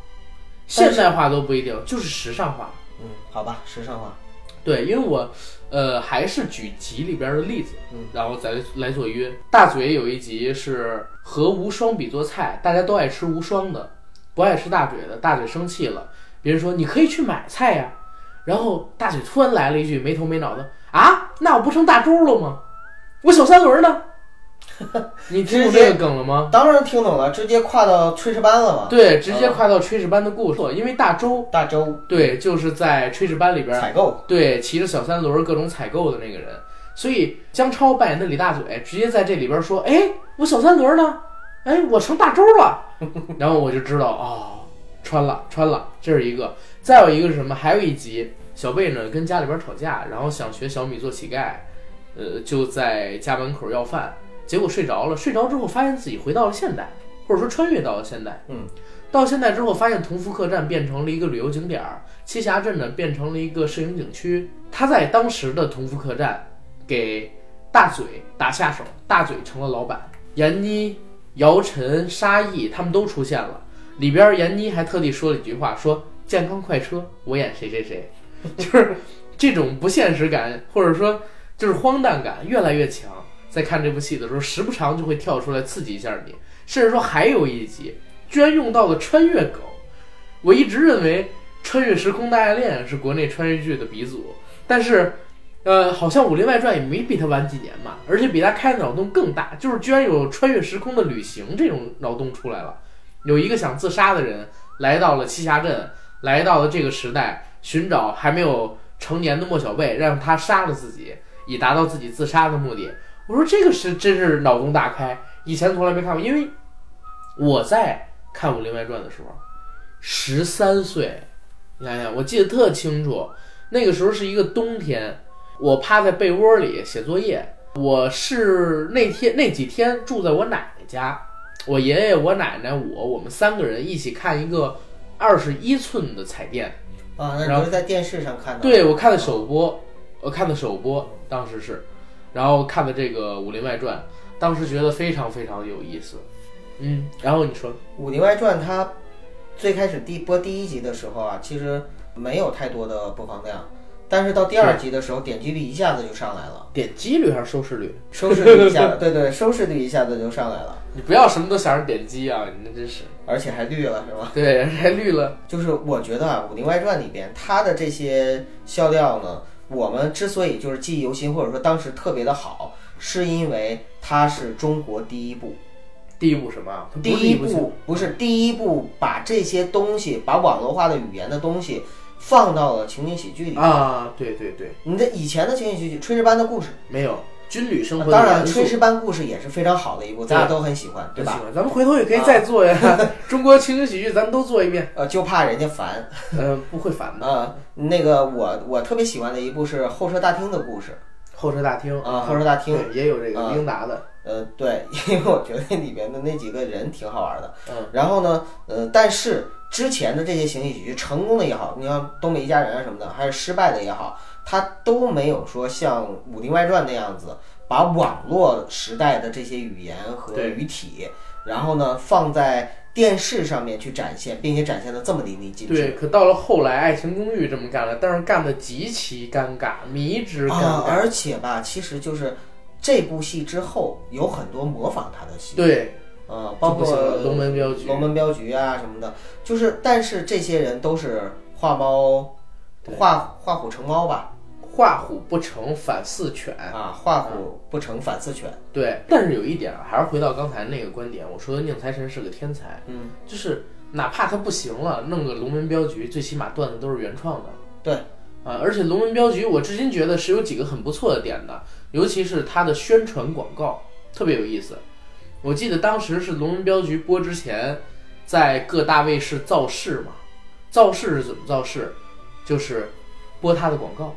C: 但
B: 现
C: 是
B: 代化都不一定，就是时尚化。
C: 嗯，好吧，时尚化。
B: 对，因为我，呃，还是举集里边的例子，
C: 嗯
B: 然后再来做约。大嘴有一集是和无双比做菜，大家都爱吃无双的，不爱吃大嘴的。大嘴生气了，别人说你可以去买菜呀。然后大嘴突然来了一句没头没脑的啊，那我不成大猪了吗？我小三轮呢？ 你听过这个梗了吗？
C: 当然听懂了，直接跨到炊事班了嘛。
B: 对，直接啊跨到炊事班的故事，因为大周
C: 大周
B: 对就是在炊事班里边
C: 采购，
B: 对，骑着小三轮儿各种采购的那个人。所以姜超扮演的李大嘴直接在这里边说：“哎，我小三轮儿呢？哎，我成大周了。” 然后我就知道哦，穿了穿了，这是一个。再有一个是什么？还有一集，小贝呢跟家里边吵架，然后想学小米做乞丐，呃，就在家门口要饭，结果睡着了。睡着之后发现自己回到了现代，或者说穿越到了现代。
C: 嗯，
B: 到现代之后发现同福客栈变成了一个旅游景点儿，栖霞镇呢变成了一个摄影景区。他在当时的同福客栈给大嘴打下手，大嘴成了老板。闫妮、姚晨、沙溢他们都出现了。里边儿闫妮还特地说了一句话，说“健康快车，我演谁谁谁”，就是这种不现实感，或者说就是荒诞感越来越强。在看这部戏的时候，时不常就会跳出来刺激一下你，甚至说还有一集居然用到了穿越梗。我一直认为《穿越时空的爱恋》是国内穿越剧的鼻祖，但是，呃，好像《武林外传》也没比它晚几年嘛，而且比它开的脑洞更大，就是居然有穿越时空的旅行这种脑洞出来了。有一个想自杀的人来到了栖霞镇，来到了这个时代，寻找还没有成年的莫小贝，让他杀了自己，以达到自己自杀的目的。我说这个是真是脑洞大开，以前从来没看过，因为我在看《武林外传》的时候，十三岁，你想想，我记得特清楚，那个时候是一个冬天，我趴在被窝里写作业，我是那天那几天住在我奶奶家，我爷爷、我奶奶、我，我们三个人一起看一个二十一寸的彩电。
C: 啊，那
B: 然
C: 你
B: 后
C: 是在电视上看到的？
B: 对，我看的首播，我看的首播，当时是，然后看的这个《武林外传》，当时觉得非常非常有意思。嗯，然后你说，
C: 《武林外传》它最开始第播第一集的时候啊，其实没有太多的播放量，但是到第二集的时候，点击率一下子就上来了，
B: 点击率还是收视率？
C: 收视率一下子，对对，收视率一下子就上来了，
B: 你不要什么都想着点击啊，你那真是。
C: 而且还绿了，是吧？
B: 对，还绿了。
C: 就是我觉得啊，《武林外传》里边它的这些笑料呢，我们之所以就是记忆犹新，或者说当时特别的好，是因为它是中国第一部。
B: 第一部什么啊？它不
C: 第
B: 是
C: 一
B: 部剧
C: 步不是第一步，把这些东西，把网络化的语言的东西放到了情景喜剧里。
B: 啊，对对对，
C: 你的以前的情景喜剧《炊事班的故事呃
B: 没有军旅》，生活的
C: 当然
B: 元
C: 《
B: 素。
C: 炊事班故事》也是非常好的一部，大家都很喜欢，对
B: 真喜
C: 吧？啊
B: 欢，咱们回头也可以再做呀。 中国情景喜剧咱们都做一遍，
C: 呃，就怕人家烦。
B: 呃，不会反的。
C: 呃，那个我我特别喜欢的一部是《候车大厅的故事
B: 候车大厅
C: 啊候车大厅
B: 对也有这个
C: 啊
B: 英达的，》。
C: 呃，对， 因为我觉得那里边的那几个人挺好玩的。
B: 嗯，
C: 然后呢，呃，但是之前的这些情景喜剧，成功的也好，你像《东北一家人》啊什么的，还是失败的也好，它都没有说像《武林外传》那样子，把网络时代的这些语言和
B: 对
C: 语体，然后呢放在电视上面去展现，并且展现的这么淋漓尽
B: 对，
C: 致。
B: 可到了后来，《爱情公寓》这么干了，但是干的极其尴尬，迷之尴
C: 啊，
B: 尬。
C: 而且吧，其实就是这部戏之后有很多模仿他的戏，
B: 对，
C: 呃，包
B: 就不
C: 括
B: 行了龙门镖局
C: 龙门镖局啊什么的，就是但是这些人都是画猫，
B: 对
C: 画画虎成猫吧？
B: 画虎不成反似犬。
C: 啊，画
B: 嗯
C: 虎不成反似犬。
B: 对，但是有一点啊，还是回到刚才那个观点，我说宁财神是个天才，
C: 嗯，
B: 就是哪怕他不行了，弄个龙门镖局，最起码段子都是原创的
C: 对，
B: 啊。而且龙门镖局，我至今觉得是有几个很不错的点的，尤其是它的宣传广告特别有意思。我记得当时是龙门镖局播之前，在各大卫视造势嘛，造势是怎么造势？就是播他的广告，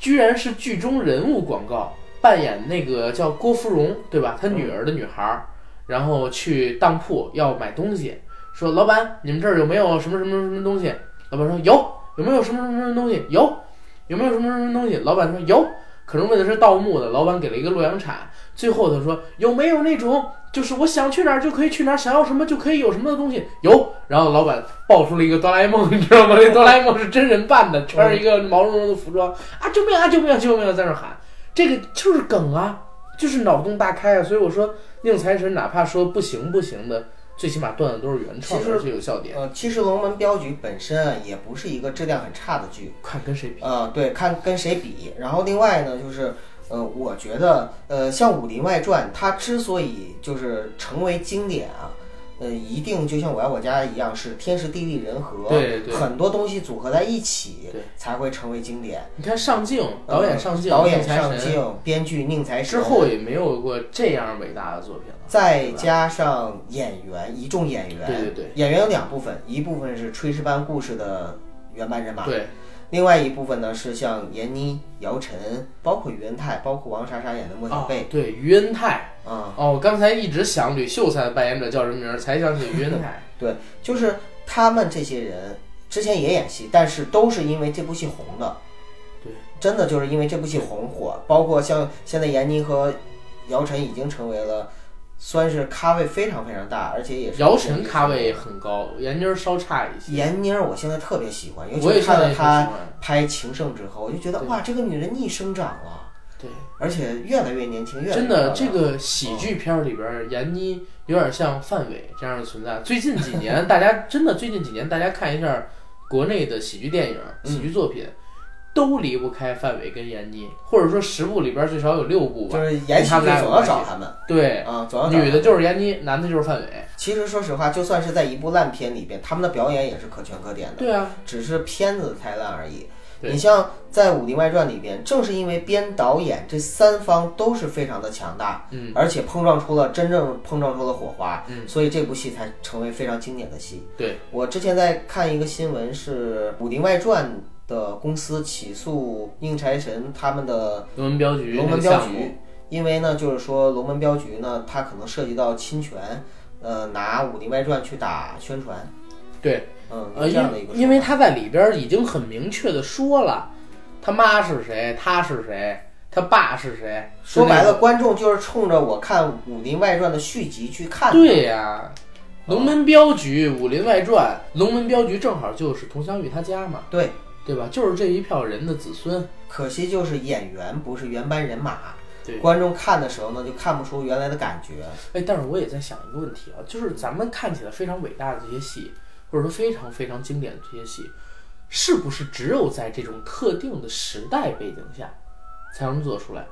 B: 居然是剧中人物广告，扮演那个叫郭芙蓉对吧？她女儿的女孩儿，然后去当铺要买东西，说老板，你们这儿有没有什么什么什么东西？老板说有，有没有什么什么什么东西？有，有没有什么什么东西？老板说有，可是问的是盗墓的，老板给了一个洛阳铲，最后他说有没有那种就是我想去哪儿就可以去哪儿，想要什么就可以有什么的东西？有，然后老板爆出了一个哆啦 A 梦，你知道吗？那 哆啦 A 梦是真人扮的，穿着一个毛茸茸的服装啊，救命啊，救命、啊，救命、啊，在那儿喊，这个就是梗啊，就是脑洞大开啊，所以我说宁财神哪怕说不行不行的。最起码段子都是原创
C: 其
B: 的，
C: 实
B: 而且有笑点。
C: 呃，其实《龙门镖局》本身啊，也不是一个质量很差的剧，
B: 看跟谁比。
C: 呃，对，看跟谁比。然后另外呢，就是呃，我觉得呃，像《武林外传》，它之所以就是成为经典啊，呃，一定就像《我爱我家》一样，是天时地利人和，
B: 对对
C: 很多东西组合在一起
B: 对，
C: 才会成为经典。
B: 你看上镜，导演上镜，
C: 导演
B: 宁财
C: 上
B: 神
C: 镜，编剧宁财神
B: 之后，也没有过这样伟大的作品了。
C: 再
B: 对吧
C: 加上演员，一众演员，
B: 对对对
C: 演员有两部分，一部分是《炊事班故事》的原班人马，
B: 对
C: 另外一部分呢是像闫妮、姚晨，包括于恩泰，包括王莎莎演的莫小
B: 啊
C: 贝，
B: 对于恩泰
C: 啊、
B: 哦，我刚才一直想吕秀才的扮演者叫什么名儿，才想起于 恩泰。
C: 对，就是他们这些人之前也演戏，但是都是因为这部戏红的，
B: 对，
C: 真的就是因为这部戏红火。包括像现在闫妮和姚晨已经成为了，算是咖位非常非常大，而且也是
B: 姚晨咖位很高，闫妮儿稍差一些。
C: 闫妮儿，我现在特别喜欢，尤
B: 我
C: 其
B: 也
C: 是看
B: 现在
C: 了
B: 也
C: 她
B: 很喜欢
C: 拍《情圣》之后，我就觉得
B: 对
C: 哇，这个女人逆生长啊，
B: 对，
C: 而且越来越年轻，越来越
B: 真的
C: 漂亮
B: 这个喜剧片儿里边儿，闫妮有点像范伟这样的存在。最近几年， 大家真的最近几年，大家看一下国内的喜剧电影、
C: 嗯
B: 喜剧作品，都离不开范伟跟闫妮，或者说十部里边儿最少有六部吧
C: 就。是延戏
B: 他们
C: 总
B: 俩有
C: 要
B: 关系
C: 找他们
B: 对，
C: 啊，总要找
B: 女
C: 他
B: 的
C: 们。
B: 就是闫妮，男的就是范伟。
C: 其实说实话，就算是在一部烂片里边，他们的表演也是可圈可点的，
B: 对啊，
C: 只是片子太烂而已。
B: 对
C: 你像在《武林外传》里边，正是因为编导演这三方都是非常的强大，
B: 嗯，
C: 而且碰撞出了真正碰撞出了火花，
B: 嗯
C: 所以这部戏才成为非常经典的戏。
B: 对，
C: 我之前在看一个新闻，是《武林外传》的公司起诉宁财神他们的
B: 龙门镖局，
C: 龙门镖局，，因为呢，就是说龙门镖局呢，它可能涉及到侵权，呃，拿《武林外传》去打宣传，
B: 对，
C: 嗯，有
B: 呃，
C: 这样的一
B: 因
C: 个说法，
B: 因为他在里边已经很明确的说了，他妈是谁，他是谁，他爸是谁，
C: 说
B: 就那
C: 白了，
B: 个，
C: 观众就是冲着我看《武林外传》的续集去看的，
B: 对呀、龙门镖局、武林外传、龙门镖局正好就是佟湘玉他家嘛，
C: 对，
B: 对吧？就是这一票人的子孙，
C: 可惜就是演员不是原班人马，
B: 对
C: 观众看的时候呢，就看不出原来的感觉，
B: 哎，但是我也在想一个问题啊，就是咱们看起来非常伟大的这些戏，或者说非常非常经典的这些戏，是不是只有在这种特定的时代背景下才能做出来？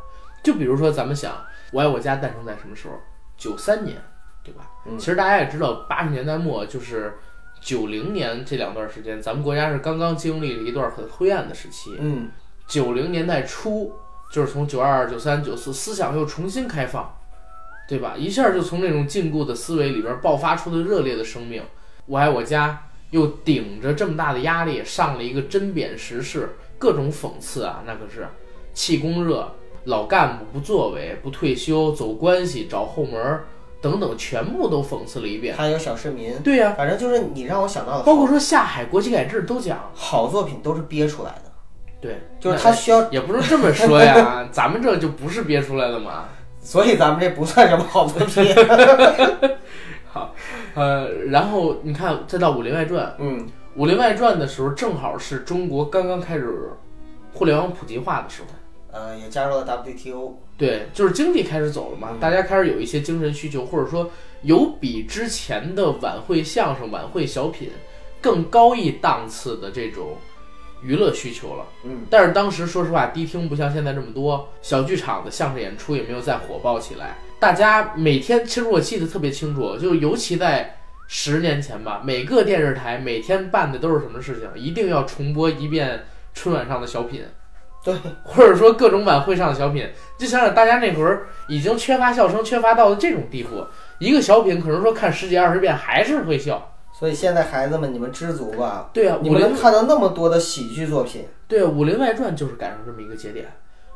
B: 就比如说咱们想《我爱我家》诞生在什么时候？九三年，对吧？
C: 嗯
B: 其实大家也知道，八十年代末就是九零年这两段时间，咱们国家是刚刚经历了一段很灰暗的时期。
C: 嗯，
B: 九零年代初，就是从九二、九三、九四，思想又重新开放，对吧？一下就从那种禁锢的思维里边爆发出的热烈的生命。我爱我家又顶着这么大的压力上了一个针砭时事，各种讽刺啊，那可是气功热，老干部不作为、不退休、走关系、找后门儿等等，全部都讽刺了一遍。
C: 还有小市民，
B: 对呀、
C: 反正就是你让我想到的，
B: 包括说下海国企改制都讲，
C: 好作品都是憋出来的，
B: 对，
C: 就是他需要
B: 也不能这么说呀，咱们这就不是憋出来的嘛。
C: 所以咱们这不算什么好作品。
B: 好，呃，然后你看，再到《武林外传》，
C: 嗯
B: 《武林外传》的时候，正好是中国刚刚开始互联网普及化的时候。
C: 呃，也加入了 WTO，
B: 对，就是经济开始走了嘛，
C: 嗯
B: 大家开始有一些精神需求，或者说有比之前的晚会相声、晚会小品更高一档次的这种娱乐需求了。
C: 嗯，
B: 但是当时说实话，迪厅不像现在这么多，小剧场的相声演出也没有再火爆起来。大家每天，其实我记得特别清楚，就尤其在十年前吧，每个电视台每天办的都是什么事情，一定要重播一遍春晚上的小品。
C: 对，
B: 或者说各种晚会上的小品，就想想大家那会儿已经缺乏笑声，缺乏到了这种地步，一个小品可能说看十几二十遍还是会笑。
C: 所以现在孩子们，你们知足吧，
B: 对啊，
C: 你
B: 武
C: 们
B: 林
C: 能看到那么多的喜剧作品，
B: 对啊，《武林外传》就是赶上这么一个节点，《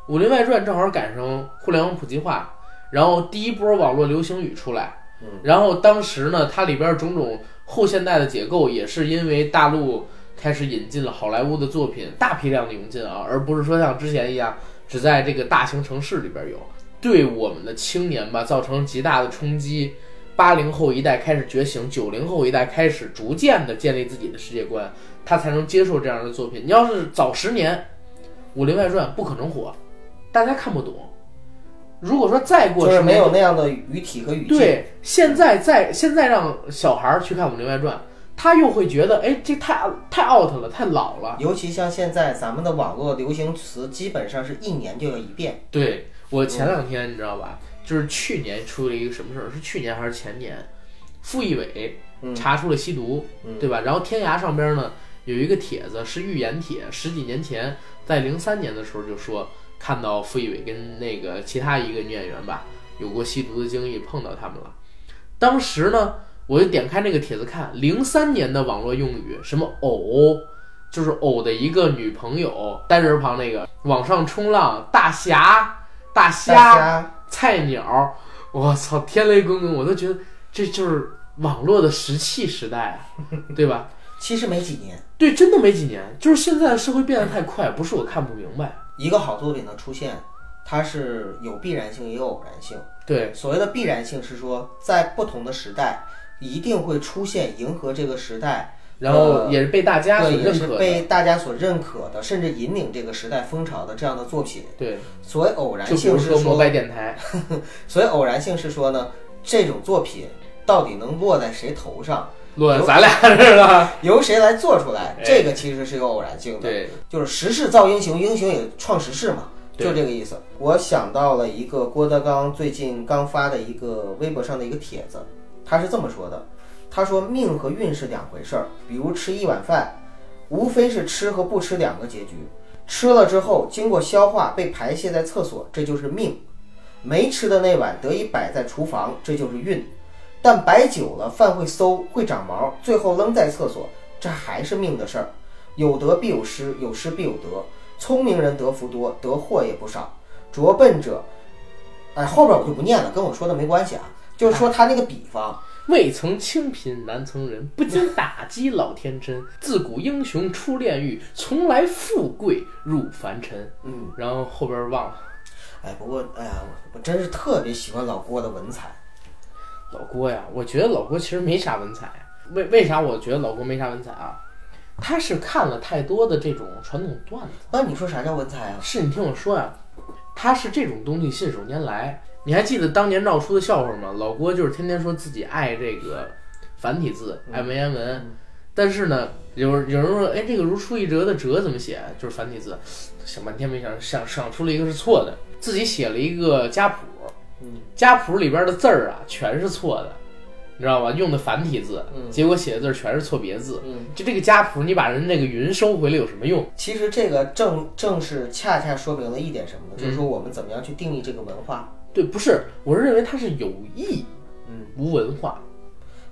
B: 武林外传》正好赶上互联网普及化，然后第一波网络流行语出来，然后当时呢，它里边种种后现代的解构，也是因为大陆开始引进了好莱坞的作品，大批量的涌进啊，而不是说像之前一样只在这个大型城市里边有，对我们的青年吧造成极大的冲击。八零后一代开始觉醒，九零后一代开始逐渐的建立自己的世界观，他才能接受这样的作品。你要是早十年，《武林外传》不可能火，大家看不懂。如果说再过
C: 就是
B: 10
C: 没
B: 年
C: 有那样的语体和语境。
B: 对，现在在现在让小孩儿去看《武林外传》，他又会觉得，哎，这太太 out 了，太老了。
C: 尤其像现在咱们的网络流行词，基本上是一年就要一变。
B: 对我前两天你知道吧，就是去年出了一个什么事儿？是去年还是前年？傅艺伟查出了吸毒，对吧？然后天涯上边呢有一个帖子是预言帖，十几年前在零三年的时候就说看到傅艺伟跟那个其他一个女演员吧有过吸毒的经历，碰到他们了。当时呢，我就点开那个帖子看，零三年的网络用语什么偶。就是偶的一个女朋友，单人旁那个网上冲浪大侠、大虾、
C: 大家
B: 菜鸟，我操，天雷滚滚，我都觉得这就是网络的石器时代啊，对吧？
C: 其实没几年，
B: 对，真的没几年，就是现在的社会变得太快，不是我看不明白。
C: 一个好作品的出现，它是有必然性也有偶然性。
B: 对
C: 所谓的必然性是说，在不同的时代，一定会出现迎合这个时代，
B: 然后也是被大家所
C: 呃对，也
B: 认
C: 是
B: 可的。
C: 被大家所认可的，甚至引领这个时代风潮的这样的作品。
B: 对，
C: 所谓偶然
B: 就比
C: 性
B: 如
C: 是
B: 说摩
C: 说，
B: 拜电台，
C: 所谓偶然性是说呢，这种作品到底能落在谁头上，
B: 落咱俩这了。
C: 由谁来做出来
B: 哎，
C: 这个其实是有偶然性的。
B: 对，
C: 就是时势造英雄，英雄也创时势嘛，
B: 对
C: 就这个意思。我想到了一个郭德纲最近刚发的一个微博上的一个帖子，他是这么说的：他说命和运是两回事儿，比如吃一碗饭，无非是吃和不吃两个结局。吃了之后，经过消化被排泄在厕所，这就是命；没吃的那碗得以摆在厨房，这就是运。但摆久了，饭会馊，会长毛，最后扔在厕所，这还是命的事儿。有得必有失，有失必有得。聪明人得福多，得祸也不少。拙笨者，哎，后边我就不念了，跟我说的没关系啊。就是说他那个比方，
B: 未曾清贫难成人，不经打击老天真。自古英雄出炼狱，从来富贵入凡尘。
C: 嗯，
B: 然后后边忘了，
C: 哎，不过哎呀，我我真是特别喜欢老郭的文采。
B: 老郭呀，我觉得老郭其实没啥文采。为为啥我觉得老郭没啥文采啊？他是看了太多的这种传统段子。
C: 那你说啥叫文采啊？
B: 是你听我说呀、他是这种东西信手拈来。你还记得当年闹出的笑话吗？老郭就是天天说自己爱这个繁体字，爱文言文，但是呢，有有人说，哎，这个如出一辙的辙怎么写？啊就是繁体字，想半天没想想想出了一个是错的，自己写了一个家谱，家谱里边的字儿啊全是错的，你知道吧？用的繁体字，结果写的字儿全是错别字，就这个家谱，你把人这个云收回来有什么用？
C: 其实这个正正是恰恰说明了一点什么呢？就是说我们怎么样去定义这个文化，
B: 对，不是，我是认为他是有意，嗯，无文化，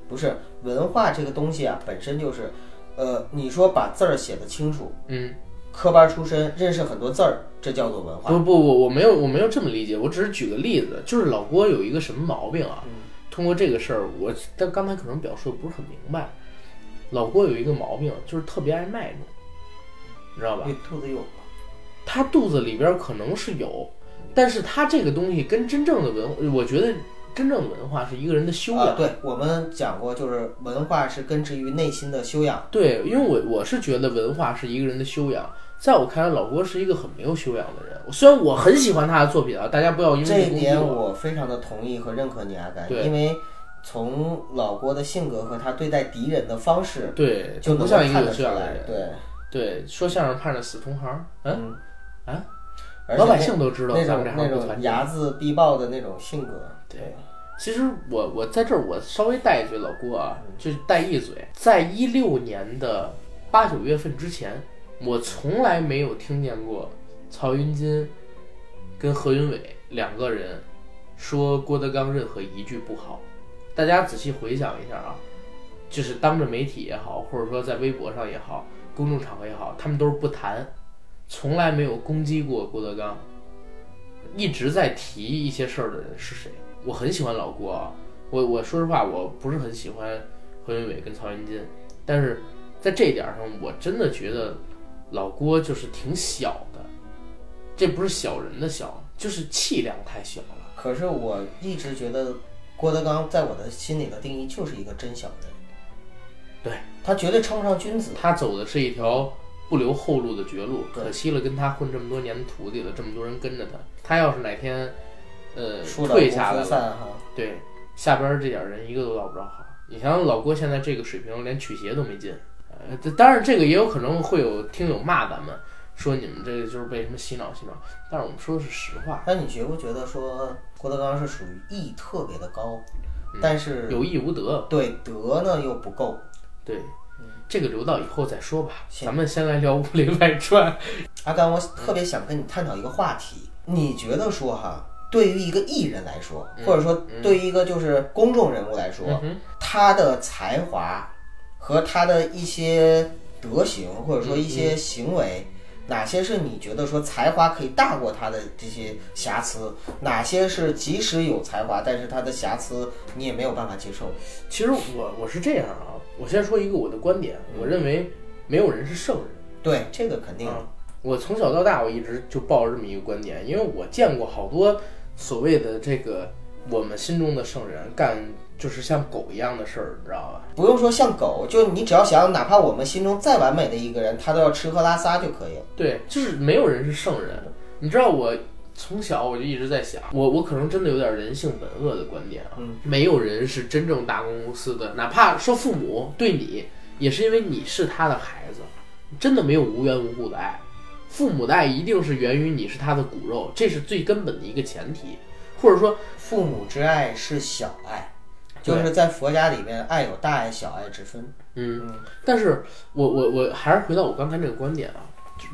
C: 不是文化这个东西啊，本身就是，呃，你说把字儿写得清楚，
B: 嗯，
C: 科班出身，认识很多字儿，这叫做文化。
B: 不不，我我没有我没有这么理解，我只是举个例子，就是老郭有一个什么毛病啊？通过这个事儿，我但刚才可能表述的不是很明白，老郭有一个毛病，就是特别爱卖弄，你知道吧？
C: 对，兔子有。
B: 他肚子里边可能是有，但是他这个东西跟真正的文，我觉得真正的文化是一个人的修养。
C: 啊，对我们讲过，就是文化是根植于内心的修养。
B: 对，因为我我是觉得文化是一个人的修养。在我看来，老郭是一个很没有修养的人。虽然我很喜欢他的作品啊，大家不要因为
C: 这
B: 攻击
C: 一点
B: 我
C: 我非常的同意和认可你阿甘，
B: 对
C: 因为从老郭的性格和他对待敌人的方式，
B: 对，
C: 就
B: 不
C: 能够
B: 像一个
C: 看
B: 有
C: 得出
B: 修养的
C: 来
B: 人。。
C: 对，
B: 对，说相声盼着死同行，嗯，
C: 嗯
B: 啊，
C: 而且
B: 老百
C: 那
B: 姓都知道
C: 那
B: 咱们
C: 种
B: 这
C: 那
B: 行不团
C: 种
B: 结。
C: 睚眦必报的那种性格，
B: 对，其实我我在这儿我稍微带一句老郭啊，就是带一嘴，在一六年的八九月份之前，我从来没有听见过曹云金跟何云伟两个人说郭德纲任何一句不好。大家仔细回想一下啊，就是当着媒体也好，或者说在微博上也好，公众场合也好，他们都是不谈，从来没有攻击过郭德纲。一直在提一些事儿的人是谁？我很喜欢老郭啊，我我说实话，我不是很喜欢何云伟跟曹云金，但是在这一点上，我真的觉得老郭就是挺小的，这不是小人的小，就是气量太小了。
C: 可是我一直觉得郭德纲在我的心里的定义就是一个真小人，
B: 对
C: 他绝对称不上君子。
B: 他走的是一条不留后路的绝路，
C: 对
B: 可惜了跟他混这么多年的徒弟了，这么多人跟着他，他要是哪天呃
C: 树倒
B: 退
C: 猢
B: 下来
C: 狲
B: 了，
C: 散哈，
B: 对，下边儿这点儿人一个都捞不着好。你想想老郭现在这个水平，连曲协都没进。呃，这当然这个也有可能会有听友骂咱们，说你们这个就是被什么洗脑洗脑。但是我们说的是实话，
C: 那你觉不觉得说郭德纲是属于艺特别的高，但是
B: 有意无德。
C: 对德呢又不够？
B: 对，这个留到以后再说吧。
C: 行
B: 咱们先来聊《武林外传》。
C: 阿甘，我特别想跟你探讨一个话题，你觉得说哈，对于一个艺人来说，或者说对于一个就是公众人物来说，
B: 嗯
C: 他的才华和他的一些德行，或者说一些行为。哪些是你觉得说才华可以大过他的这些瑕疵？哪些是即使有才华，但是他的瑕疵你也没有办法接受？
B: 其实我我是这样啊，我先说一个我的观点，我认为没有人是圣人。
C: 对，这个肯定
B: 啊，我从小到大我一直就抱着这么一个观点，因为我见过好多所谓的这个我们心中的圣人干就是像狗一样的事儿，你知道吧？
C: 不用说像狗，就你只要想，哪怕我们心中再完美的一个人，他都要吃喝拉撒就可以了。
B: 对，就是没有人是圣人。你知道我从小我就一直在想，我我可能真的有点人性本恶的观点啊，
C: 嗯
B: 没有人是真正大公无私的，哪怕说父母对你，也是因为你是他的孩子，真的没有无缘无故的爱。父母的爱一定是源于你是他的骨肉，这是最根本的一个前提，或者说
C: 父母之爱是小爱，
B: 对
C: 就是在佛家里面，爱有大爱、小爱之分。
B: 嗯，但是我我我还是回到我刚才那个观点啊，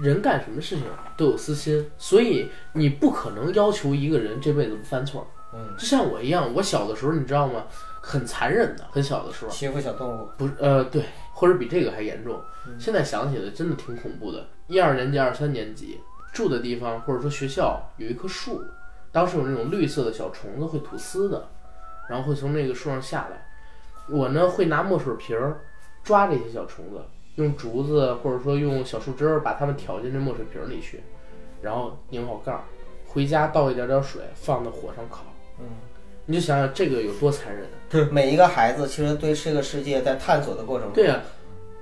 B: 人干什么事情都有私心，所以你不可能要求一个人这辈子不犯错。
C: 嗯，
B: 就像我一样，我小的时候你知道吗，很残忍的，很小的时候，
C: 欺负小动物，
B: 不是呃对，或者比这个还严重。现在想起来真的挺恐怖的。一二年级、二三年级住的地方或者说学校有一棵树，当时有那种绿色的小虫子会吐丝的，然后会从那个树上下来。我呢会拿墨水瓶儿抓这些小虫子，用竹子或者说用小树枝儿把它们挑进这墨水瓶里去，然后拧好盖儿，回家倒一点点水放到火上烤。
C: 嗯，
B: 你就想想这个有多残忍。啊
C: 每一个孩子其实对这个世界在探索的过程中，
B: 对呀、啊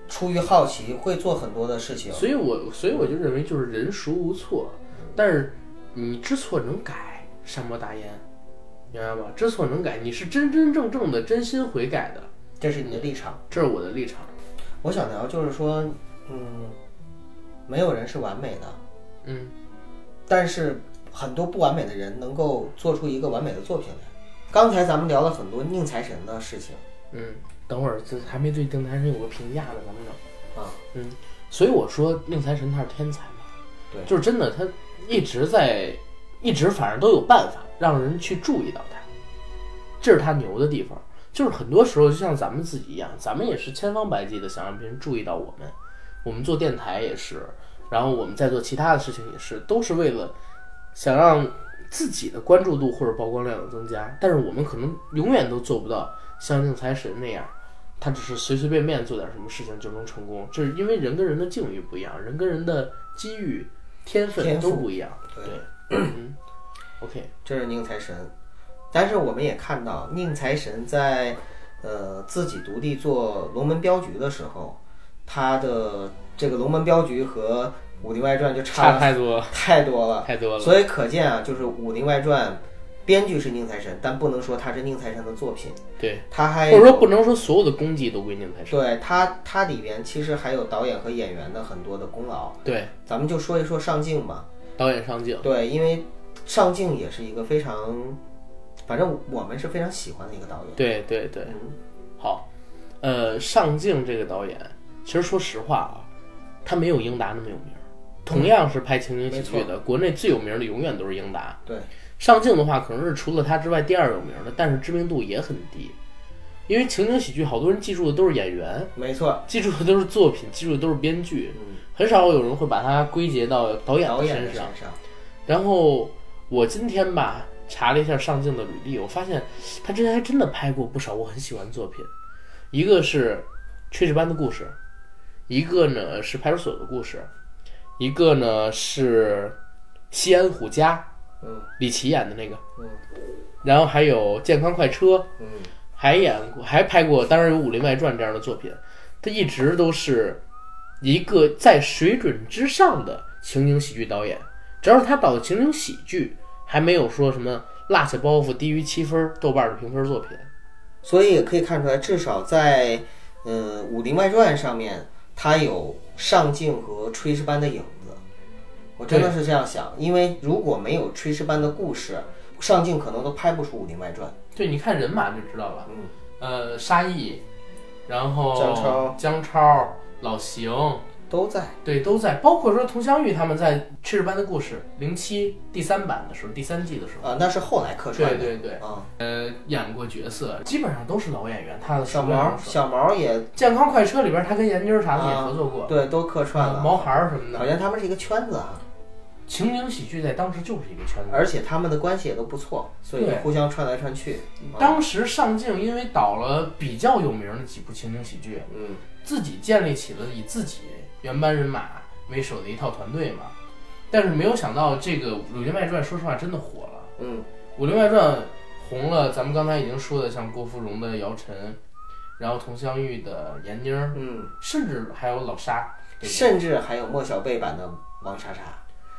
C: 出于好奇会做很多的事情。
B: 所以我所以我就认为就是人孰无错，但是你知错能改，善莫大焉，明白吗？知错能改，你是真真正正的真心悔改的，
C: 这是你的立场。
B: 这是我的立场。
C: 我想聊就是说，嗯，没有人是完美的，
B: 嗯，
C: 但是很多不完美的人能够做出一个完美的作品来。刚才咱们聊了很多宁财神的事情
B: 嗯，等会儿这还没对宁财神有个评价呢，咱们呢。
C: 啊，
B: 嗯，所以我说宁财神他是天才嘛，
C: 对
B: 就是真的他一直在，一直反正都有办法让人去注意到他，这是他牛的地方。就是很多时候就像咱们自己一样，咱们也是千方百计的想让别人注意到我们，我们做电台也是，然后我们在做其他的事情也是，都是为了想让自己的关注度或者曝光量有增加，但是我们可能永远都做不到像宁财神那样。他只是随随便便做点什么事情就能成功，这是因为人跟人的境遇不一样，人跟人的机遇、天分
C: 天赋
B: 都不一样。
C: 对
B: 对嗯，OK，
C: 这是宁财神。但是我们也看到，宁财神在呃自己独立做龙门镖局的时候，他的这个龙门镖局和《武林外传》就差
B: 差
C: 了
B: 太多
C: 太多了。
B: 太多了。
C: 所以可见啊，就是《武林外传》，编剧是宁财神，但不能说他是宁财神的作品，
B: 对，
C: 他还
B: 或者说不能说所有的功绩都归宁财神。
C: 对他他里边其实还有导演和演员的很多的功劳。
B: 对，
C: 咱们就说一说上镜吧，
B: 导演上镜，
C: 对，因为上镜也是一个非常，反正我们是非常喜欢的一个导演。
B: 对对对，
C: 嗯
B: 好，呃，上镜这个导演，其实说实话啊，他没有英达那么有名儿。同样是拍情景喜剧的，国内最有名的永远都是英达。
C: 对，
B: 上镜的话，可能是除了他之外第二有名的，但是知名度也很低，因为情景喜剧好多人记住的都是演员，
C: 没错，
B: 记住的都是作品，记住的都是编剧，
C: 嗯，
B: 很少有人会把它归结到导演
C: 导
B: 的
C: 演
B: 身
C: 的
B: 上。
C: 身上，
B: 然后我今天吧查了一下上镜的履历，我发现他之前还真的拍过不少我很喜欢的作品，一个是《炊事班的故事》，一个呢是《派出所的故事》，一个呢是《西安虎家
C: 嗯》
B: 李琦演的那个，
C: 嗯
B: 然后还有《健康快车》，
C: 嗯，
B: 还演过，还拍过，当然有《武林外传》这样的作品，他一直都是一个在水准之上的情景喜剧导演。只要是他导的情景喜剧，还没有说什么落下包袱低于七分豆瓣的评分作品。
C: 所以也可以看出来，至少在呃《武林外传》上面，它有上镜和炊事班的影子。我真的是这样想，因为如果没有炊事班的故事，上镜可能都拍不出《武林外传》。
B: 对，你看人马就知道了。
C: 嗯，
B: 呃，沙溢，然后
C: 姜超
B: 姜超、老邢，
C: 都在。
B: 对，都在，包括说佟湘玉他们在《炊事班的故事》零七第三版的时候，第三季的时候，
C: 啊，那是后来客串的。
B: 对对对
C: 啊，
B: 演过角色，基本上都是老演员。他的
C: 小
B: 熟面
C: 毛
B: 都是
C: 小毛也
B: 健康快车里边，他跟闫妮儿啥的也
C: 啊
B: 合作过，
C: 对都客串
B: 呃
C: 了，
B: 毛孩儿什么
C: 好
B: 的。
C: 像他们是一个圈子啊，
B: 情景喜剧在当时就是一个圈子。
C: 而且他们的关系也都不错，所以
B: 对
C: 互相串来串去。啊
B: 当时上镜，因为导了比较有名的几部情景喜剧，
C: 嗯，
B: 自己建立起了以自己原班人马为首的一套团队嘛。但是没有想到，这个《武林外传》说实话真的火了，
C: 嗯，
B: 《武林外传》红了。咱们刚才已经说的，像郭芙蓉的姚晨，然后佟湘玉的闫妮儿，
C: 嗯，
B: 甚至还有老沙。对吧
C: 甚至还有莫小贝版的王莎
B: 啊
C: 莎。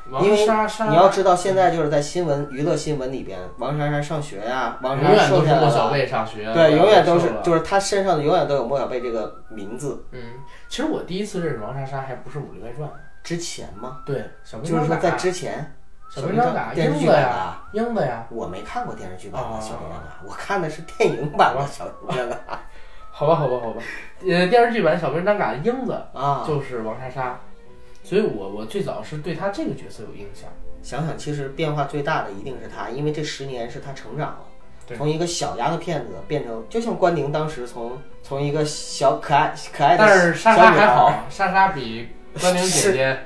C: 因
B: 王
C: 为
B: 莎莎，
C: 你要知道，现在就是在新闻娱乐新闻里边，王莎莎上学呀、王莎
B: 永
C: 莎
B: 远
C: 瘦
B: 都是
C: 下来
B: 莫小
C: 了。
B: 贝上学，
C: 对，永远都是
B: 瘦，了
C: 就是她身上永远都有莫小贝这个名字。
B: 嗯。其实我第一次认识王莎莎还不是《武林外传》，
C: 之前吗？
B: 对，小兵
C: 就
B: 张
C: 是
B: 嘎
C: 说在之前，
B: 小
C: 小
B: 兵
C: 兵
B: 张
C: 张
B: 嘎
C: 电视
B: 英
C: 剧
B: 子
C: 版的
B: 呀
C: 啊，
B: 英子呀，
C: 我没看过电视剧版的
B: 哦
C: 《小兵张嘎》，我看的是电影版的啊《小兵 张嘎
B: 好吧，好吧，好 吧。呃，电视剧版小兵张嘎的英子》
C: 啊。
B: 就是王莎莎，所以我我最早是对她这个角色有印象。
C: 想想，其实变化最大的一定是他，因为这十年是他成长了，
B: 对
C: 从一个小丫头片子变成，就像关宁当时从从一个小可爱可爱的，
B: 但是莎莎还，好，
C: 啊
B: 莎莎比关凌姐
C: 是
B: 姐，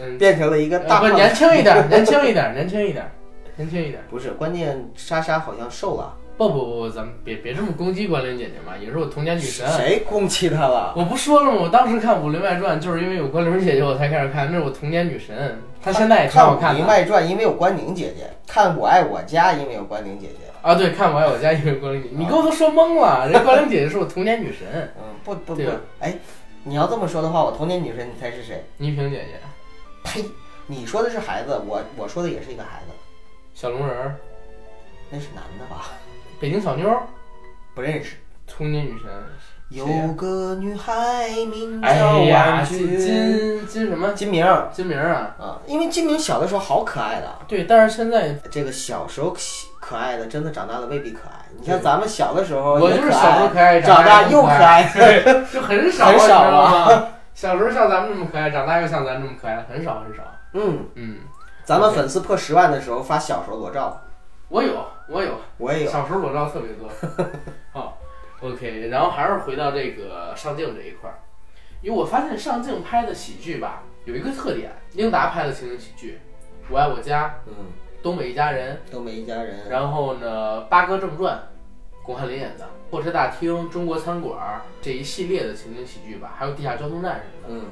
B: 嗯，
C: 变成了一个
B: 呃
C: 大
B: 不
C: 胖
B: 年
C: 子。
B: 轻一点 儿，年轻一点儿，年轻一点儿，年轻一点儿。
C: 不是，关键莎莎好像瘦了，
B: 不不不不，咱们别别这么攻击关凌姐姐嘛，也是我童年女神。
C: 谁啊攻击她了？
B: 我不说了吗？我当时看《武林外传》，就是因为有关凌姐姐，我才开始看，那是我童年女神。她现在也挺
C: 看
B: 好
C: 《武
B: 看
C: 林
B: 的
C: 外传》，因为有关宁姐姐；看《我爱我家》，因为有关宁姐姐。
B: 啊。对，看《我爱我家》因为关凌姐姐，你给我都说懵了。人家关凌姐姐是我童年女神，
C: 嗯，不不不
B: 对啊，
C: 哎，你要这么说的话，我童年女神，你猜是谁？
B: 倪萍姐姐、
C: 呸！你说的是孩子，我我说的也是一个孩子，
B: 小龙人儿、
C: 那是男的吧？
B: 北京小妞儿，
C: 不认识。
B: 童年女神。
C: 有
B: 谁呀
C: 个女孩名
B: 哎
C: 叫
B: 呀，
C: 婉
B: 金
C: 君，
B: 金金什么
C: 金明儿
B: 金明儿啊？
C: 啊，因为金明小的时候好可爱的，
B: 对，但是现在
C: 这个小时候可可爱的，真的长大了未必可爱。你像
B: 对
C: 咱们小的时候
B: 我
C: 也
B: 就是
C: 可
B: 小时哦候可爱，
C: 长
B: 大
C: 大又可
B: 可，
C: 爱，
B: 就很少，
C: 很少
B: 你知道吗？小时候像咱们这么可爱，长大又像咱这么可爱，很少很少。
C: 嗯，
B: 嗯，
C: 咱们粉丝破十万的时候发小时候裸照，
B: 我有，我有。
C: 我也有。
B: 小时候裸照特别多。 好、o k 然后还是回到这个上镜这一块儿，因为我发现上镜拍的喜剧吧，有一个特点，英达拍的情景喜剧，《我爱我家
C: 嗯，》
B: 《东北一家人
C: 东北一家》，人，
B: 然后呢，《八哥正传》，巩汉林演的，《货车大厅》《中国餐馆》这一系列的情景喜剧吧，还有《地下交通站》什么的，
C: 嗯，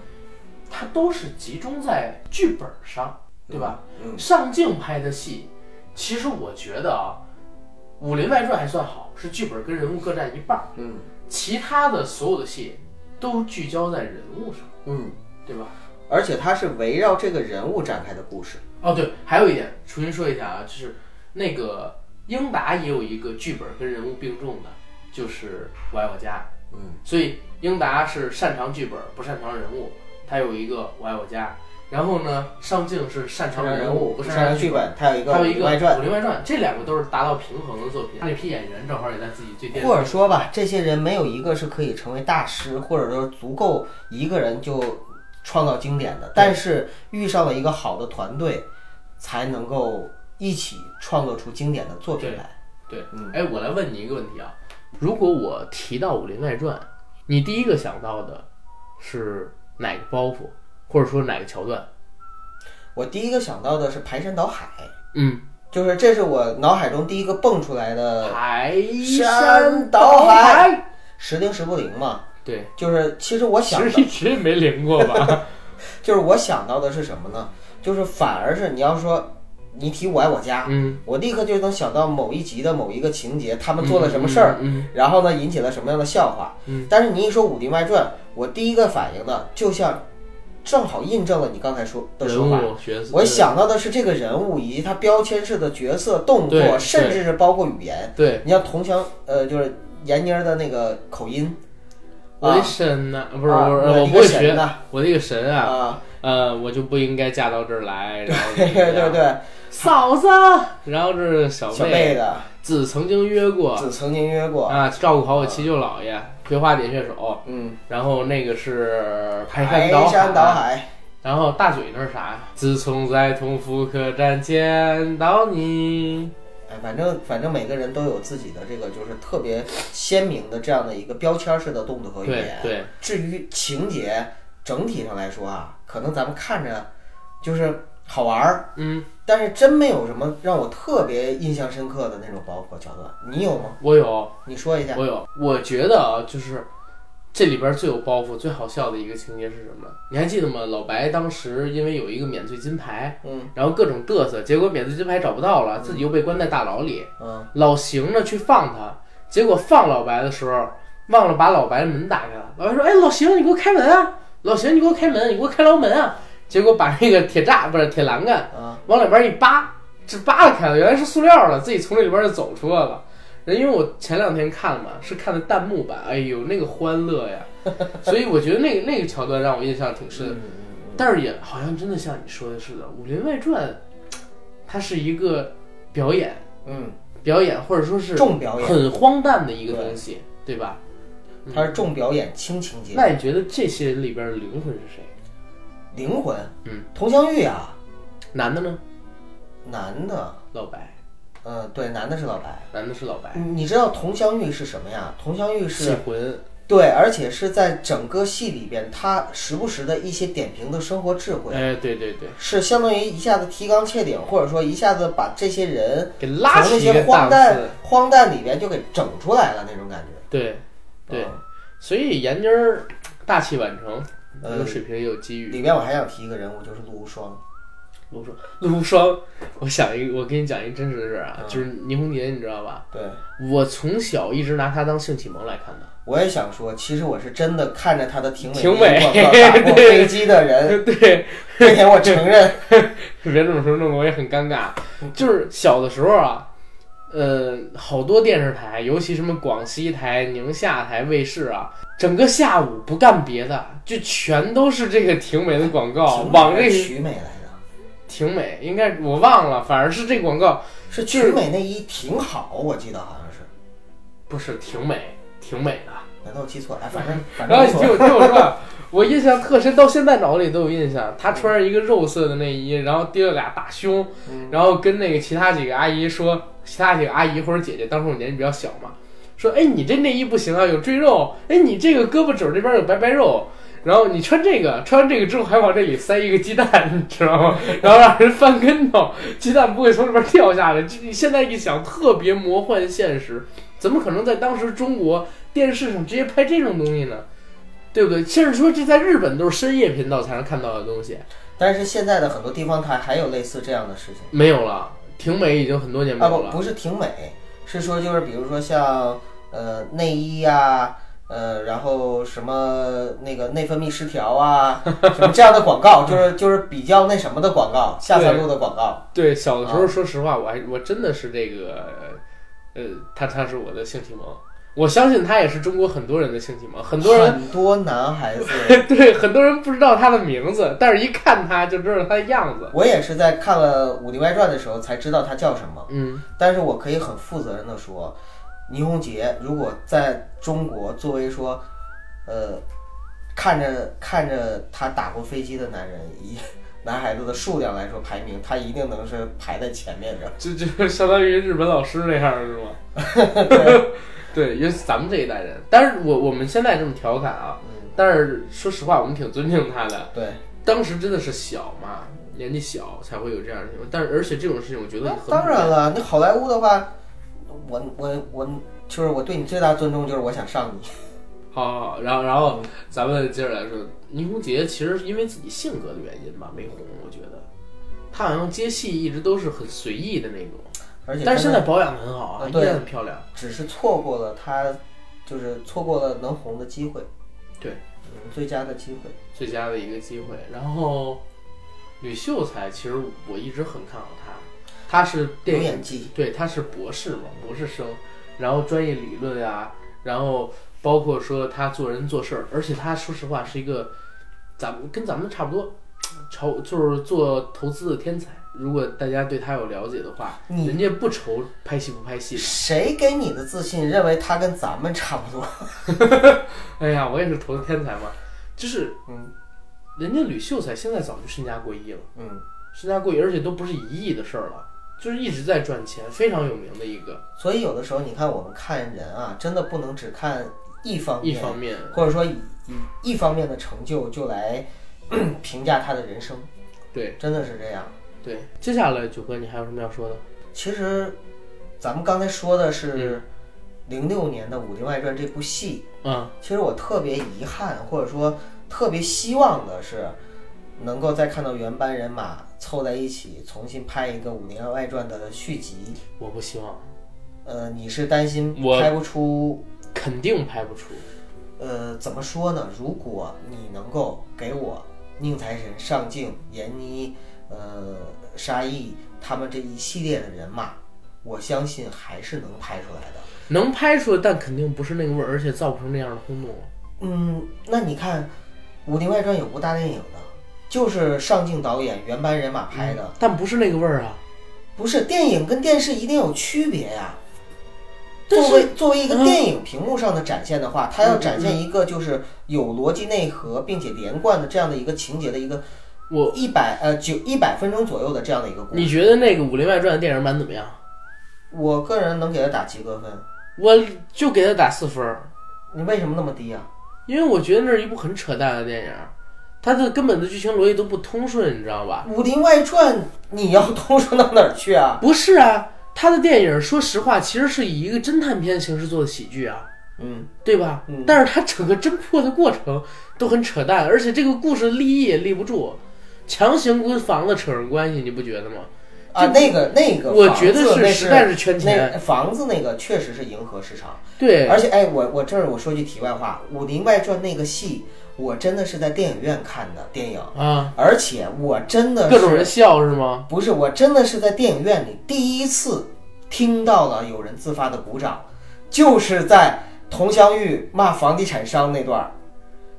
B: 它都是集中在剧本上，对吧？
C: 嗯？
B: 上镜拍的戏，其实我觉得啊， 《武林外传》还算好，是剧本跟人物各占一半儿，
D: 嗯
B: 其他的所有的戏都聚焦在人物上，
C: 嗯，
B: 对吧？
C: 而且它是围绕这个人物展开的故事。
B: 哦，对，还有一点，重新说一下啊，就是那个英达也有一个剧本跟人物并重的，就是《我爱我家》。
C: 嗯，
B: 所以英达是擅长剧本，不擅长人物，他有一个《我爱我家》。然后呢，上镜是擅长人物，不擅
C: 擅
B: 长
C: 长剧
B: 本。
C: 本，它有一个
B: 还有一个
C: 外
B: 《
C: 传
B: 武。林外传》，这两个都是达到平衡的作品。那批演员正好也在自己最巅峰
C: 或者说吧，这些人没有一个是可以成为大师，或者说足够一个人就创造经典的。但是遇上了一个好的团队，才能够一起创作出经典的作品来。
B: 对，
C: 嗯
B: 哎，我来问你一个问题啊，如果我提到《武林外传》，你第一个想到的是哪个包袱，或者说哪个桥段？
C: 我第一个想到的是排山倒海，
B: 嗯，
C: 就是这是我脑海中第一个蹦出来
B: 呃
C: 的
B: 排
C: 山倒海，时灵时不灵嘛。
B: 对，
C: 就是其实我
B: 其
C: 想
B: 实
C: 到，
B: 一直也没灵过 吧？
C: 就是我想到的是什么呢？就是反而是你要说你提我爱我家，
B: 嗯，
C: 我立刻就能想到某一集的某一个情节，他们做了什么事儿，
B: 嗯？
C: 然后呢引起了什么样的笑话。
B: 嗯
C: 但是你一说《武林外传》，我第一个反应呢，就像正好印证了你刚才说
B: 嗯，
C: 的
B: 人
C: 说法。
B: 物角色，
C: 我想到的是这个人物以及他标签式的角色、动
B: 对对
C: 作，甚至是包括语言。
B: 对，
C: 你像佟湘，呃，就是闫妮儿的那个口音，
B: 我的
C: 啊
B: 神呐，不是
C: 啊
B: 不是，
C: 我的
B: 我
C: 一
B: 不
C: 个
B: 会
C: 神
B: 学
C: 呐，
B: 我的一个神啊，
C: 啊，
B: 呃，我就不应该嫁到这儿来，然后
C: 对
B: 怎么样
C: 对，对，
B: 嫂子，然后这是啊小
C: 小贝的
B: 子曾经约过
C: 只曾经约过，
B: 啊，照顾好我七舅姥爷，葵花点穴手，
C: 嗯，
B: 然后那个是排
C: 排
B: 山倒
C: 山倒
B: 海，
C: 海，
B: 然后大嘴那是啥呀？自从在同福客栈见到你，
C: 哎，反正反正每个人都有自己的这个就是特别鲜明的这样的一个标签式的动作和语
B: 对
C: 言。
B: 对，
C: 至于情节，整体上来说啊，可能咱们看着就是好玩儿，
B: 嗯，
C: 但是真没有什么让我特别印象深刻的那种包括桥段。你有吗？
B: 我有
C: 你说一下。
B: 我有，我觉得啊，就是这里边最有包袱、最好笑的一个情节是什么？你还记得吗？老白当时因为有一个免罪金牌，
C: 嗯
B: 然后各种嘚瑟，结果免罪金牌找不到了，自己又被关在大牢里，
C: 嗯
B: 老邢呢去放他，结果放老白的时候忘了把老白的门打开了。老白说：“哎，老邢，你给我开门啊！老邢，你给我开门，你给我开牢门啊！”结果把那个铁栅不是铁栏杆
C: 啊
B: 往里边一扒，这扒拉开了，原来是塑料的，自己从里边就走出来了。人因为我前两天看嘛，是看的弹幕版，哎呦那个欢乐呀， 所以我觉得那个那个桥段让我印象挺
C: 嗯
B: 深。但是也好像真的像你说的似的，《武林外传》它是一个表演，
C: 嗯，
B: 表演或者说是
C: 重表演，
B: 很荒诞的一个东西，对吧？
C: 它是重表演轻情节，
B: 那你觉得这些人里边的灵魂是谁？
C: 灵魂。
B: 嗯，
C: 佟湘玉啊，
B: 男的呢？
C: 男的，
B: 老白，
C: 嗯，对，男的是老白。
B: 男的是老白，
C: 你知道佟湘玉是什么呀？佟湘玉
B: 戏
C: 是
B: 魂，
C: 对，而且是在整个戏里边，他时不时的一些点评的生活智慧，
B: 哎，对对对，
C: 是相当于一下子提纲挈领，或者说一下子把这些人
B: 给
C: 从
B: 拉
C: 那
B: 起一
C: 些
B: 个
C: 荒
B: 档
C: 诞
B: 次，
C: 荒诞里边就给整出来了那种感觉。
B: 对对
C: 嗯，
B: 所以闫妮儿大器晚成，
C: 呃
B: 有水平也有机遇。
C: 里边我还想提一个人物，就是陆无双。
B: 陆无双，陆无双，我想一个，我给你讲一个真实的事儿啊，
C: 嗯
B: 就是倪虹洁，你知道吧？
C: 对，
B: 我从小一直拿她当性启蒙来看的，
C: 我也想说，其实我是真的看着他的挺
B: 挺美
C: 美经过打过
B: 对
C: 飞机的 人，
B: 对，
C: 这点我承认。
B: 别这么说，弄得我也很尴尬。就是小的时候啊，呃，好多电视台，尤其什么广西台、宁夏台、卫视啊，整个下午不干别的，就全都是这个婷美的广告，往这个
C: 曲美来的，
B: 婷美应该我忘了，反而是这广告
C: 是
B: 就
C: 曲
B: 是
C: 美那一挺好，我记得好像是，
B: 不是婷美，婷美的。
C: 难道我记错了？哎，反正反
B: 然
C: 正
B: 后
C: 不
B: 你
C: 错
B: 听我 听我说啊，我印象特深，到现在脑子里都有印象。她穿着一个肉色的内衣，然后提了俩大胸，
C: 嗯
B: 然后跟那个其他几个阿姨说，其他几个阿姨或者姐姐，当时我年纪比较小嘛，说，哎，你这内衣不行啊，有赘肉，哎，你这个胳膊肘这边有白白肉。然后你穿这个，穿完这个之后还往这里塞一个鸡蛋，你知道吗？然后让人翻跟头，鸡蛋不会从里边掉下来。这你现在一想，特别魔幻现实，怎么可能在当时中国电视上直接拍这种东西呢？对不对？甚至说这在日本都是深夜频道才能看到的东西，
C: 但是现在的很多地方台还有类似这样的事情
B: 没有了。婷美已经很多年没
C: 啊，
B: 有
C: 不
B: 了，
C: 不是挺美，是说就是比如说像呃内衣啊，呃，然后什么那个内分泌失 调啊，什么这样的广告，就是就是比较那什么的广告，下三路的广告。
B: 对，小的时
C: 啊
B: 候，说实话，我还我真的是这个，呃，他他是我的性启蒙，我相信他也是中国很多人的性启蒙，很多人
C: 很多男孩子
B: 对很多人不知道他的名字，但是一看他就知道他的样子。
C: 我也是在看了《武林外传》的时候才知道他叫什么，
B: 嗯，
C: 但是我可以很负责任的说，倪虹洁如果在中国作为说，呃，看着看着他打过飞机的男人以 男孩子的数量来说排名，他一定能是排在前面的。
B: 就就相当于日本老师那样是吗？
C: 对
B: 对，因为咱们这一代人，但是我我们现在这么调侃啊，
C: 嗯
B: 但是说实话，我们挺尊敬他的。
C: 对，
B: 当时真的是小嘛，年纪小才会有这样的情况，但是而且这种事情，我觉得
C: 那
B: 很普遍
C: 啊当然了，你好莱坞的话，我我我就是我对你最大尊重就是我想上你。
B: 好好好，然后然
C: 嗯
B: 后咱们接着来说，倪虹洁其实是因为自己性格的原因吧，没红。我觉得她好像接戏一直都是很随意的那种，
C: 而且
B: 但是现
C: 真的
B: 在保养的很好啊，
C: 啊
B: 依
C: 对
B: 然很漂亮。
C: 只是错过了他，就是错过了能红的机会。
B: 对
C: 嗯，最佳的机会。
B: 最佳的一个机会。然后吕秀才，其实我一直很看好她，她是
C: 有
B: 电影
C: 演技，
B: 对，他是博士嘛，博士生，然后专业理论啊，然后包括说他做人做事儿，而且他说实话是一个，咱们跟咱们差不多，愁就是做投资的天才。如果大家对他有了解的话，
C: 你
B: 人家不愁拍戏不拍戏。
C: 谁给你的自信认为他跟咱们差不多？
B: 哎呀，我也是投资天才嘛，就是
C: 嗯
B: 人家吕秀才现在早就身家过亿了，
C: 嗯，
B: 身家过亿，而且都不是一亿的事儿了，就是一直在赚钱，非常有名的一个
C: 所以有的时候你看我们看人啊，真的不能只看一方
B: 一
C: 面，
B: 方面。
C: 或者说以以一方面的成就就来评价他的人生，
B: 对
C: 真的是这样。
B: 对，接下来九哥，你还有什么要说的？
C: 其实咱们刚才说的是零六年的《武林外传》这部戏，
B: 嗯，
C: 其实我特别遗憾，或者说特别希望的是，能够再看到原班人马凑在一起，重新拍一个《武林外传》的续集。
B: 我不希望，
C: 呃，你是担心
B: 我
C: 拍不出？
B: 肯定拍不出。
C: 呃，怎么说呢？如果你能够给我宁财神、上镜、闫妮、呃沙溢他们这一系列的人马，我相信还是能拍出来的。
B: 能拍出来，但肯定不是那个味儿，而且造不成那样的轰动。
C: 嗯，那你看《武林外传》有部大电影呢，就是上镜导演原班人马拍的，
B: 但不是那个味儿啊！
C: 不是电影跟电视一定有区别呀、
B: 但是
C: 作为作为一个
B: 嗯
C: 电影屏幕上的展现的话，它要展现一个就是有逻辑内核并且连贯的这样的一个情节的一个
B: 我，
C: 一百呃九一百分钟左右的这样的一个故
B: 你
C: 事。
B: 觉得那个《武林外传》的电影版怎么样？
C: 我个人能给它打及格分，
B: 我就给他打四分儿，
C: 你为什么那么低啊？
B: 因为我觉得那是一部很扯淡的电影，它的根本的剧情逻辑都不通顺，你知道吧？
C: 《武林外传》你要通顺到哪儿去啊？
B: 不是啊，他的电影说实话其实是以一个侦探片形式做的喜剧啊。
C: 嗯，
B: 对吧？
C: 嗯
B: 但是他整个侦破的过程都很扯淡，而且这个故事立意也立不住，强行跟房子扯上关系，你不觉得吗？
C: 啊，那个那个房子，
B: 我觉得是
C: 那
B: 实在是圈钱
C: 那房子那个确实是迎合市场，
B: 啊对，
C: 而且哎，我我这儿我说句题外话，《武林外传》那个戏，我真的是在电影院看的电影，
B: 啊，
C: 而且我真的是
B: 各种人笑是吗？
C: 不是，我真的是在电影院里第一次听到了有人自发的鼓掌，就是在佟湘玉骂房地产商那段儿，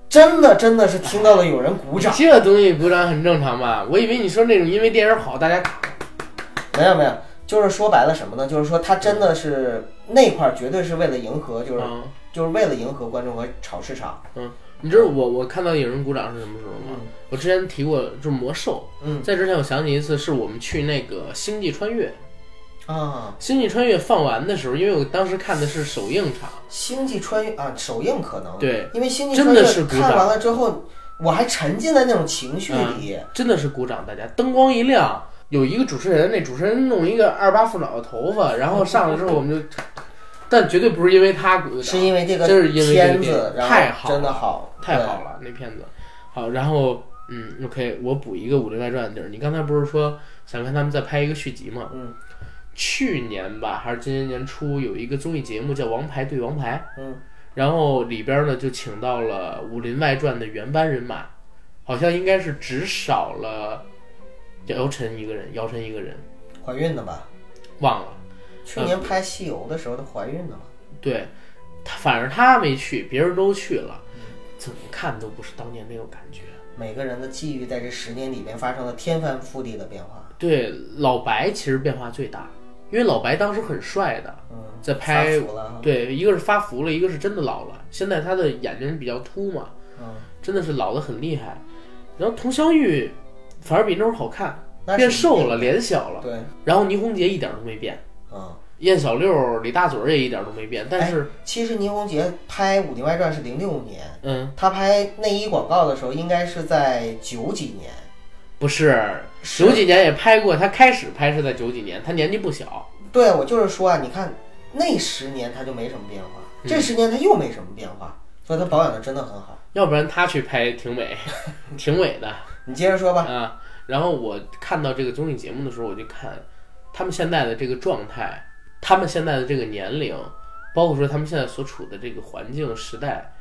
C: 真的真的是听到了有人鼓掌。
B: 这东西鼓掌很正常吧？我以为你说那种因为电影好，大家
C: 没有没有，就是说白了什么呢？就是说他真的是那块儿绝对是为了迎合，就是
B: 啊，
C: 就是为了迎合观众和炒市场。
B: 你知道我我看到有人鼓掌是什么时候吗？
C: 嗯
B: 我之前提过，就是魔兽。
C: 嗯
B: 在之前我想起一次，是我们去那个星际穿越，
C: 啊，
B: 星际穿越放完的时候，因为我当时看的是首映场，
C: 星际穿越啊，首映可能
B: 对，
C: 因为星际
B: 真
C: 穿
B: 的
C: 越
B: 是鼓掌嗯
C: 看完了之后，我还沉浸在那种情绪里。
B: 真的是鼓掌，大家灯光一亮，有一个主持人，那主持人弄一个二八副脑的头发，然后上来之后我们就，但绝对不是因为他鼓的掌
C: 是因为这个
B: 真是因为这个
C: 片
B: 电
C: 子
B: 影，
C: 然
B: 太好
C: 后真的
B: 了
C: 好，
B: 太
C: 对
B: 好了，那片子好，然后嗯，OK，我补一个《武林外传》的地儿，你刚才不是说想看他们再拍一个续集吗？
C: 嗯，
B: 去年吧，还是今年年初有一个综艺节目叫《王牌对王牌》，
C: 嗯，
B: 然后里边呢就请到了《武林外传》的原班人马，好像应该是只少了姚晨一个人，姚晨一个人
C: 怀孕的吧？
B: 忘了。
C: 去年拍《西游》的时候，她怀孕的嘛？
B: 对，他反正他没去，别人都去了，
C: 嗯
B: 怎么看都不是当年那种感觉。
C: 每个人的际遇在这十年里面发生了天翻覆地的变化。
B: 对，老白其实变化最大，因为老白当时很帅的，
C: 嗯，
B: 在拍嗯
C: 发福了哈，
B: 对，一个是发福了，一个是真的老了。现在他的眼睛比较凸嘛，
C: 嗯，
B: 真的是老得很厉害。然后佟湘玉反而比那会儿好看，
C: 那
B: 变
C: 是
B: 瘦了，脸小了。
C: 对，
B: 然后倪虹洁一点都没变，
C: 嗯。
B: 燕小六、李大嘴儿也一点都没变，
C: 哎
B: 但是，
C: 其实倪虹洁拍《武林外传》是零六年，
B: 嗯，
C: 她拍内衣广告的时候应该是在九几年，
B: 不是
C: 是
B: 九几年也拍过，他开始拍是在九几年，他年纪不小。
C: 对我就是说啊，你看那十年她就没什么变化，
B: 嗯
C: 这十年她又没什么变化，所以她保养的真的很好。
B: 要不然他去拍挺美，挺美的
C: 你接着说吧，
B: 啊。然后我看到这个综艺节目的时候，我就看他们现在的这个状态，他们现在的这个年龄，包括说他们现在所处的这个环境时代，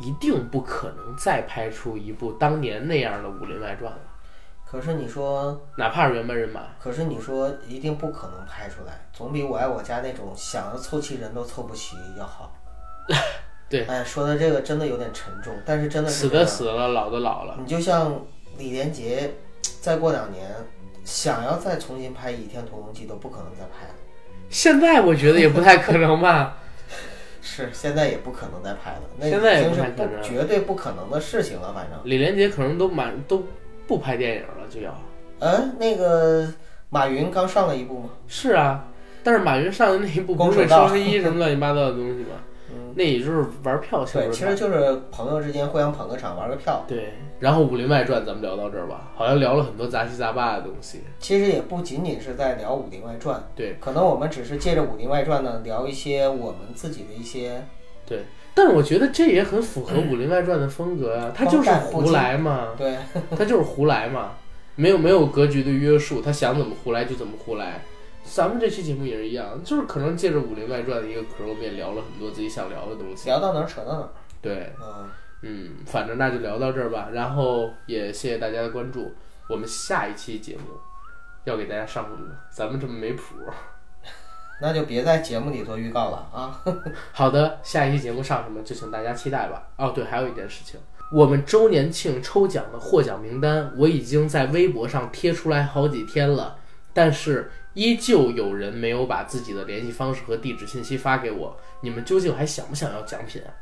B: 一定不可能再拍出一部当年那样的《武林外传》了，
C: 可是你说，
B: 哪怕是原班人马。
C: 可是你说一定不可能拍出来，总比我爱我家那种想要凑齐人都凑不齐要好。
B: 对
C: 哎，说的这个真的有点沉重，但是真的是
B: 死
C: 这样
B: 的死了，老的老了。
C: 你就像李连杰，再过两年想要再重新拍《倚天屠龙记》都不可能再拍了，
B: 现在我觉得也不太可能吧。
C: 是现在也不可能再拍了，那已
B: 现在也
C: 经
B: 不
C: 是
B: 太可能
C: 不绝对不可能的事情了，反正。
B: 李连杰可能都满都不拍电影了，就要。
C: 嗯，那个马云刚上了一部嘛，
B: 是啊，但是马云上的那一部不
C: 光
B: 是
C: 手
B: 为
C: 道嗯
B: 双十一什么乱七八糟的东 西吗？那也就是玩票性
C: 对，
B: 质
C: 其实就是朋友之间互相捧个场，玩个票。
B: 对，然后《武林外传》咱们聊到这儿吧，好像聊了很多杂七杂八的东西。
C: 其实也不仅仅是在聊《武林外传》，
B: 对
C: 可能我们只是借着《武林外传》呢，聊一些我们自己的一些
B: 对，但我觉得这也很符合《武林外传》的风格啊，他就是胡来 嘛，
C: 对。
B: 他就是胡来嘛，没有没有格局的约束，他想怎么胡来就怎么胡来。咱们这期节目也是一样，就是可能借着《武林外传》的一个壳，我们也聊了很多自己想聊的东西。
C: 聊到哪儿扯到哪儿。
B: 对，
C: 嗯，
B: 嗯，反正那就聊到这儿吧。然后也谢谢大家的关注，我们下一期节目要给大家上什么呢？咱们这么没谱。
C: 那就别在节目里做预告了啊。
B: 好的，下一期节目上什么就请大家期待吧。哦，对，还有一件事情，我们周年庆抽奖的获奖名单我已经在微博上贴出来好几天了，但是依旧有人没有把自己的联系方式和地址信息发给我。你们究竟还想不想要奖品啊？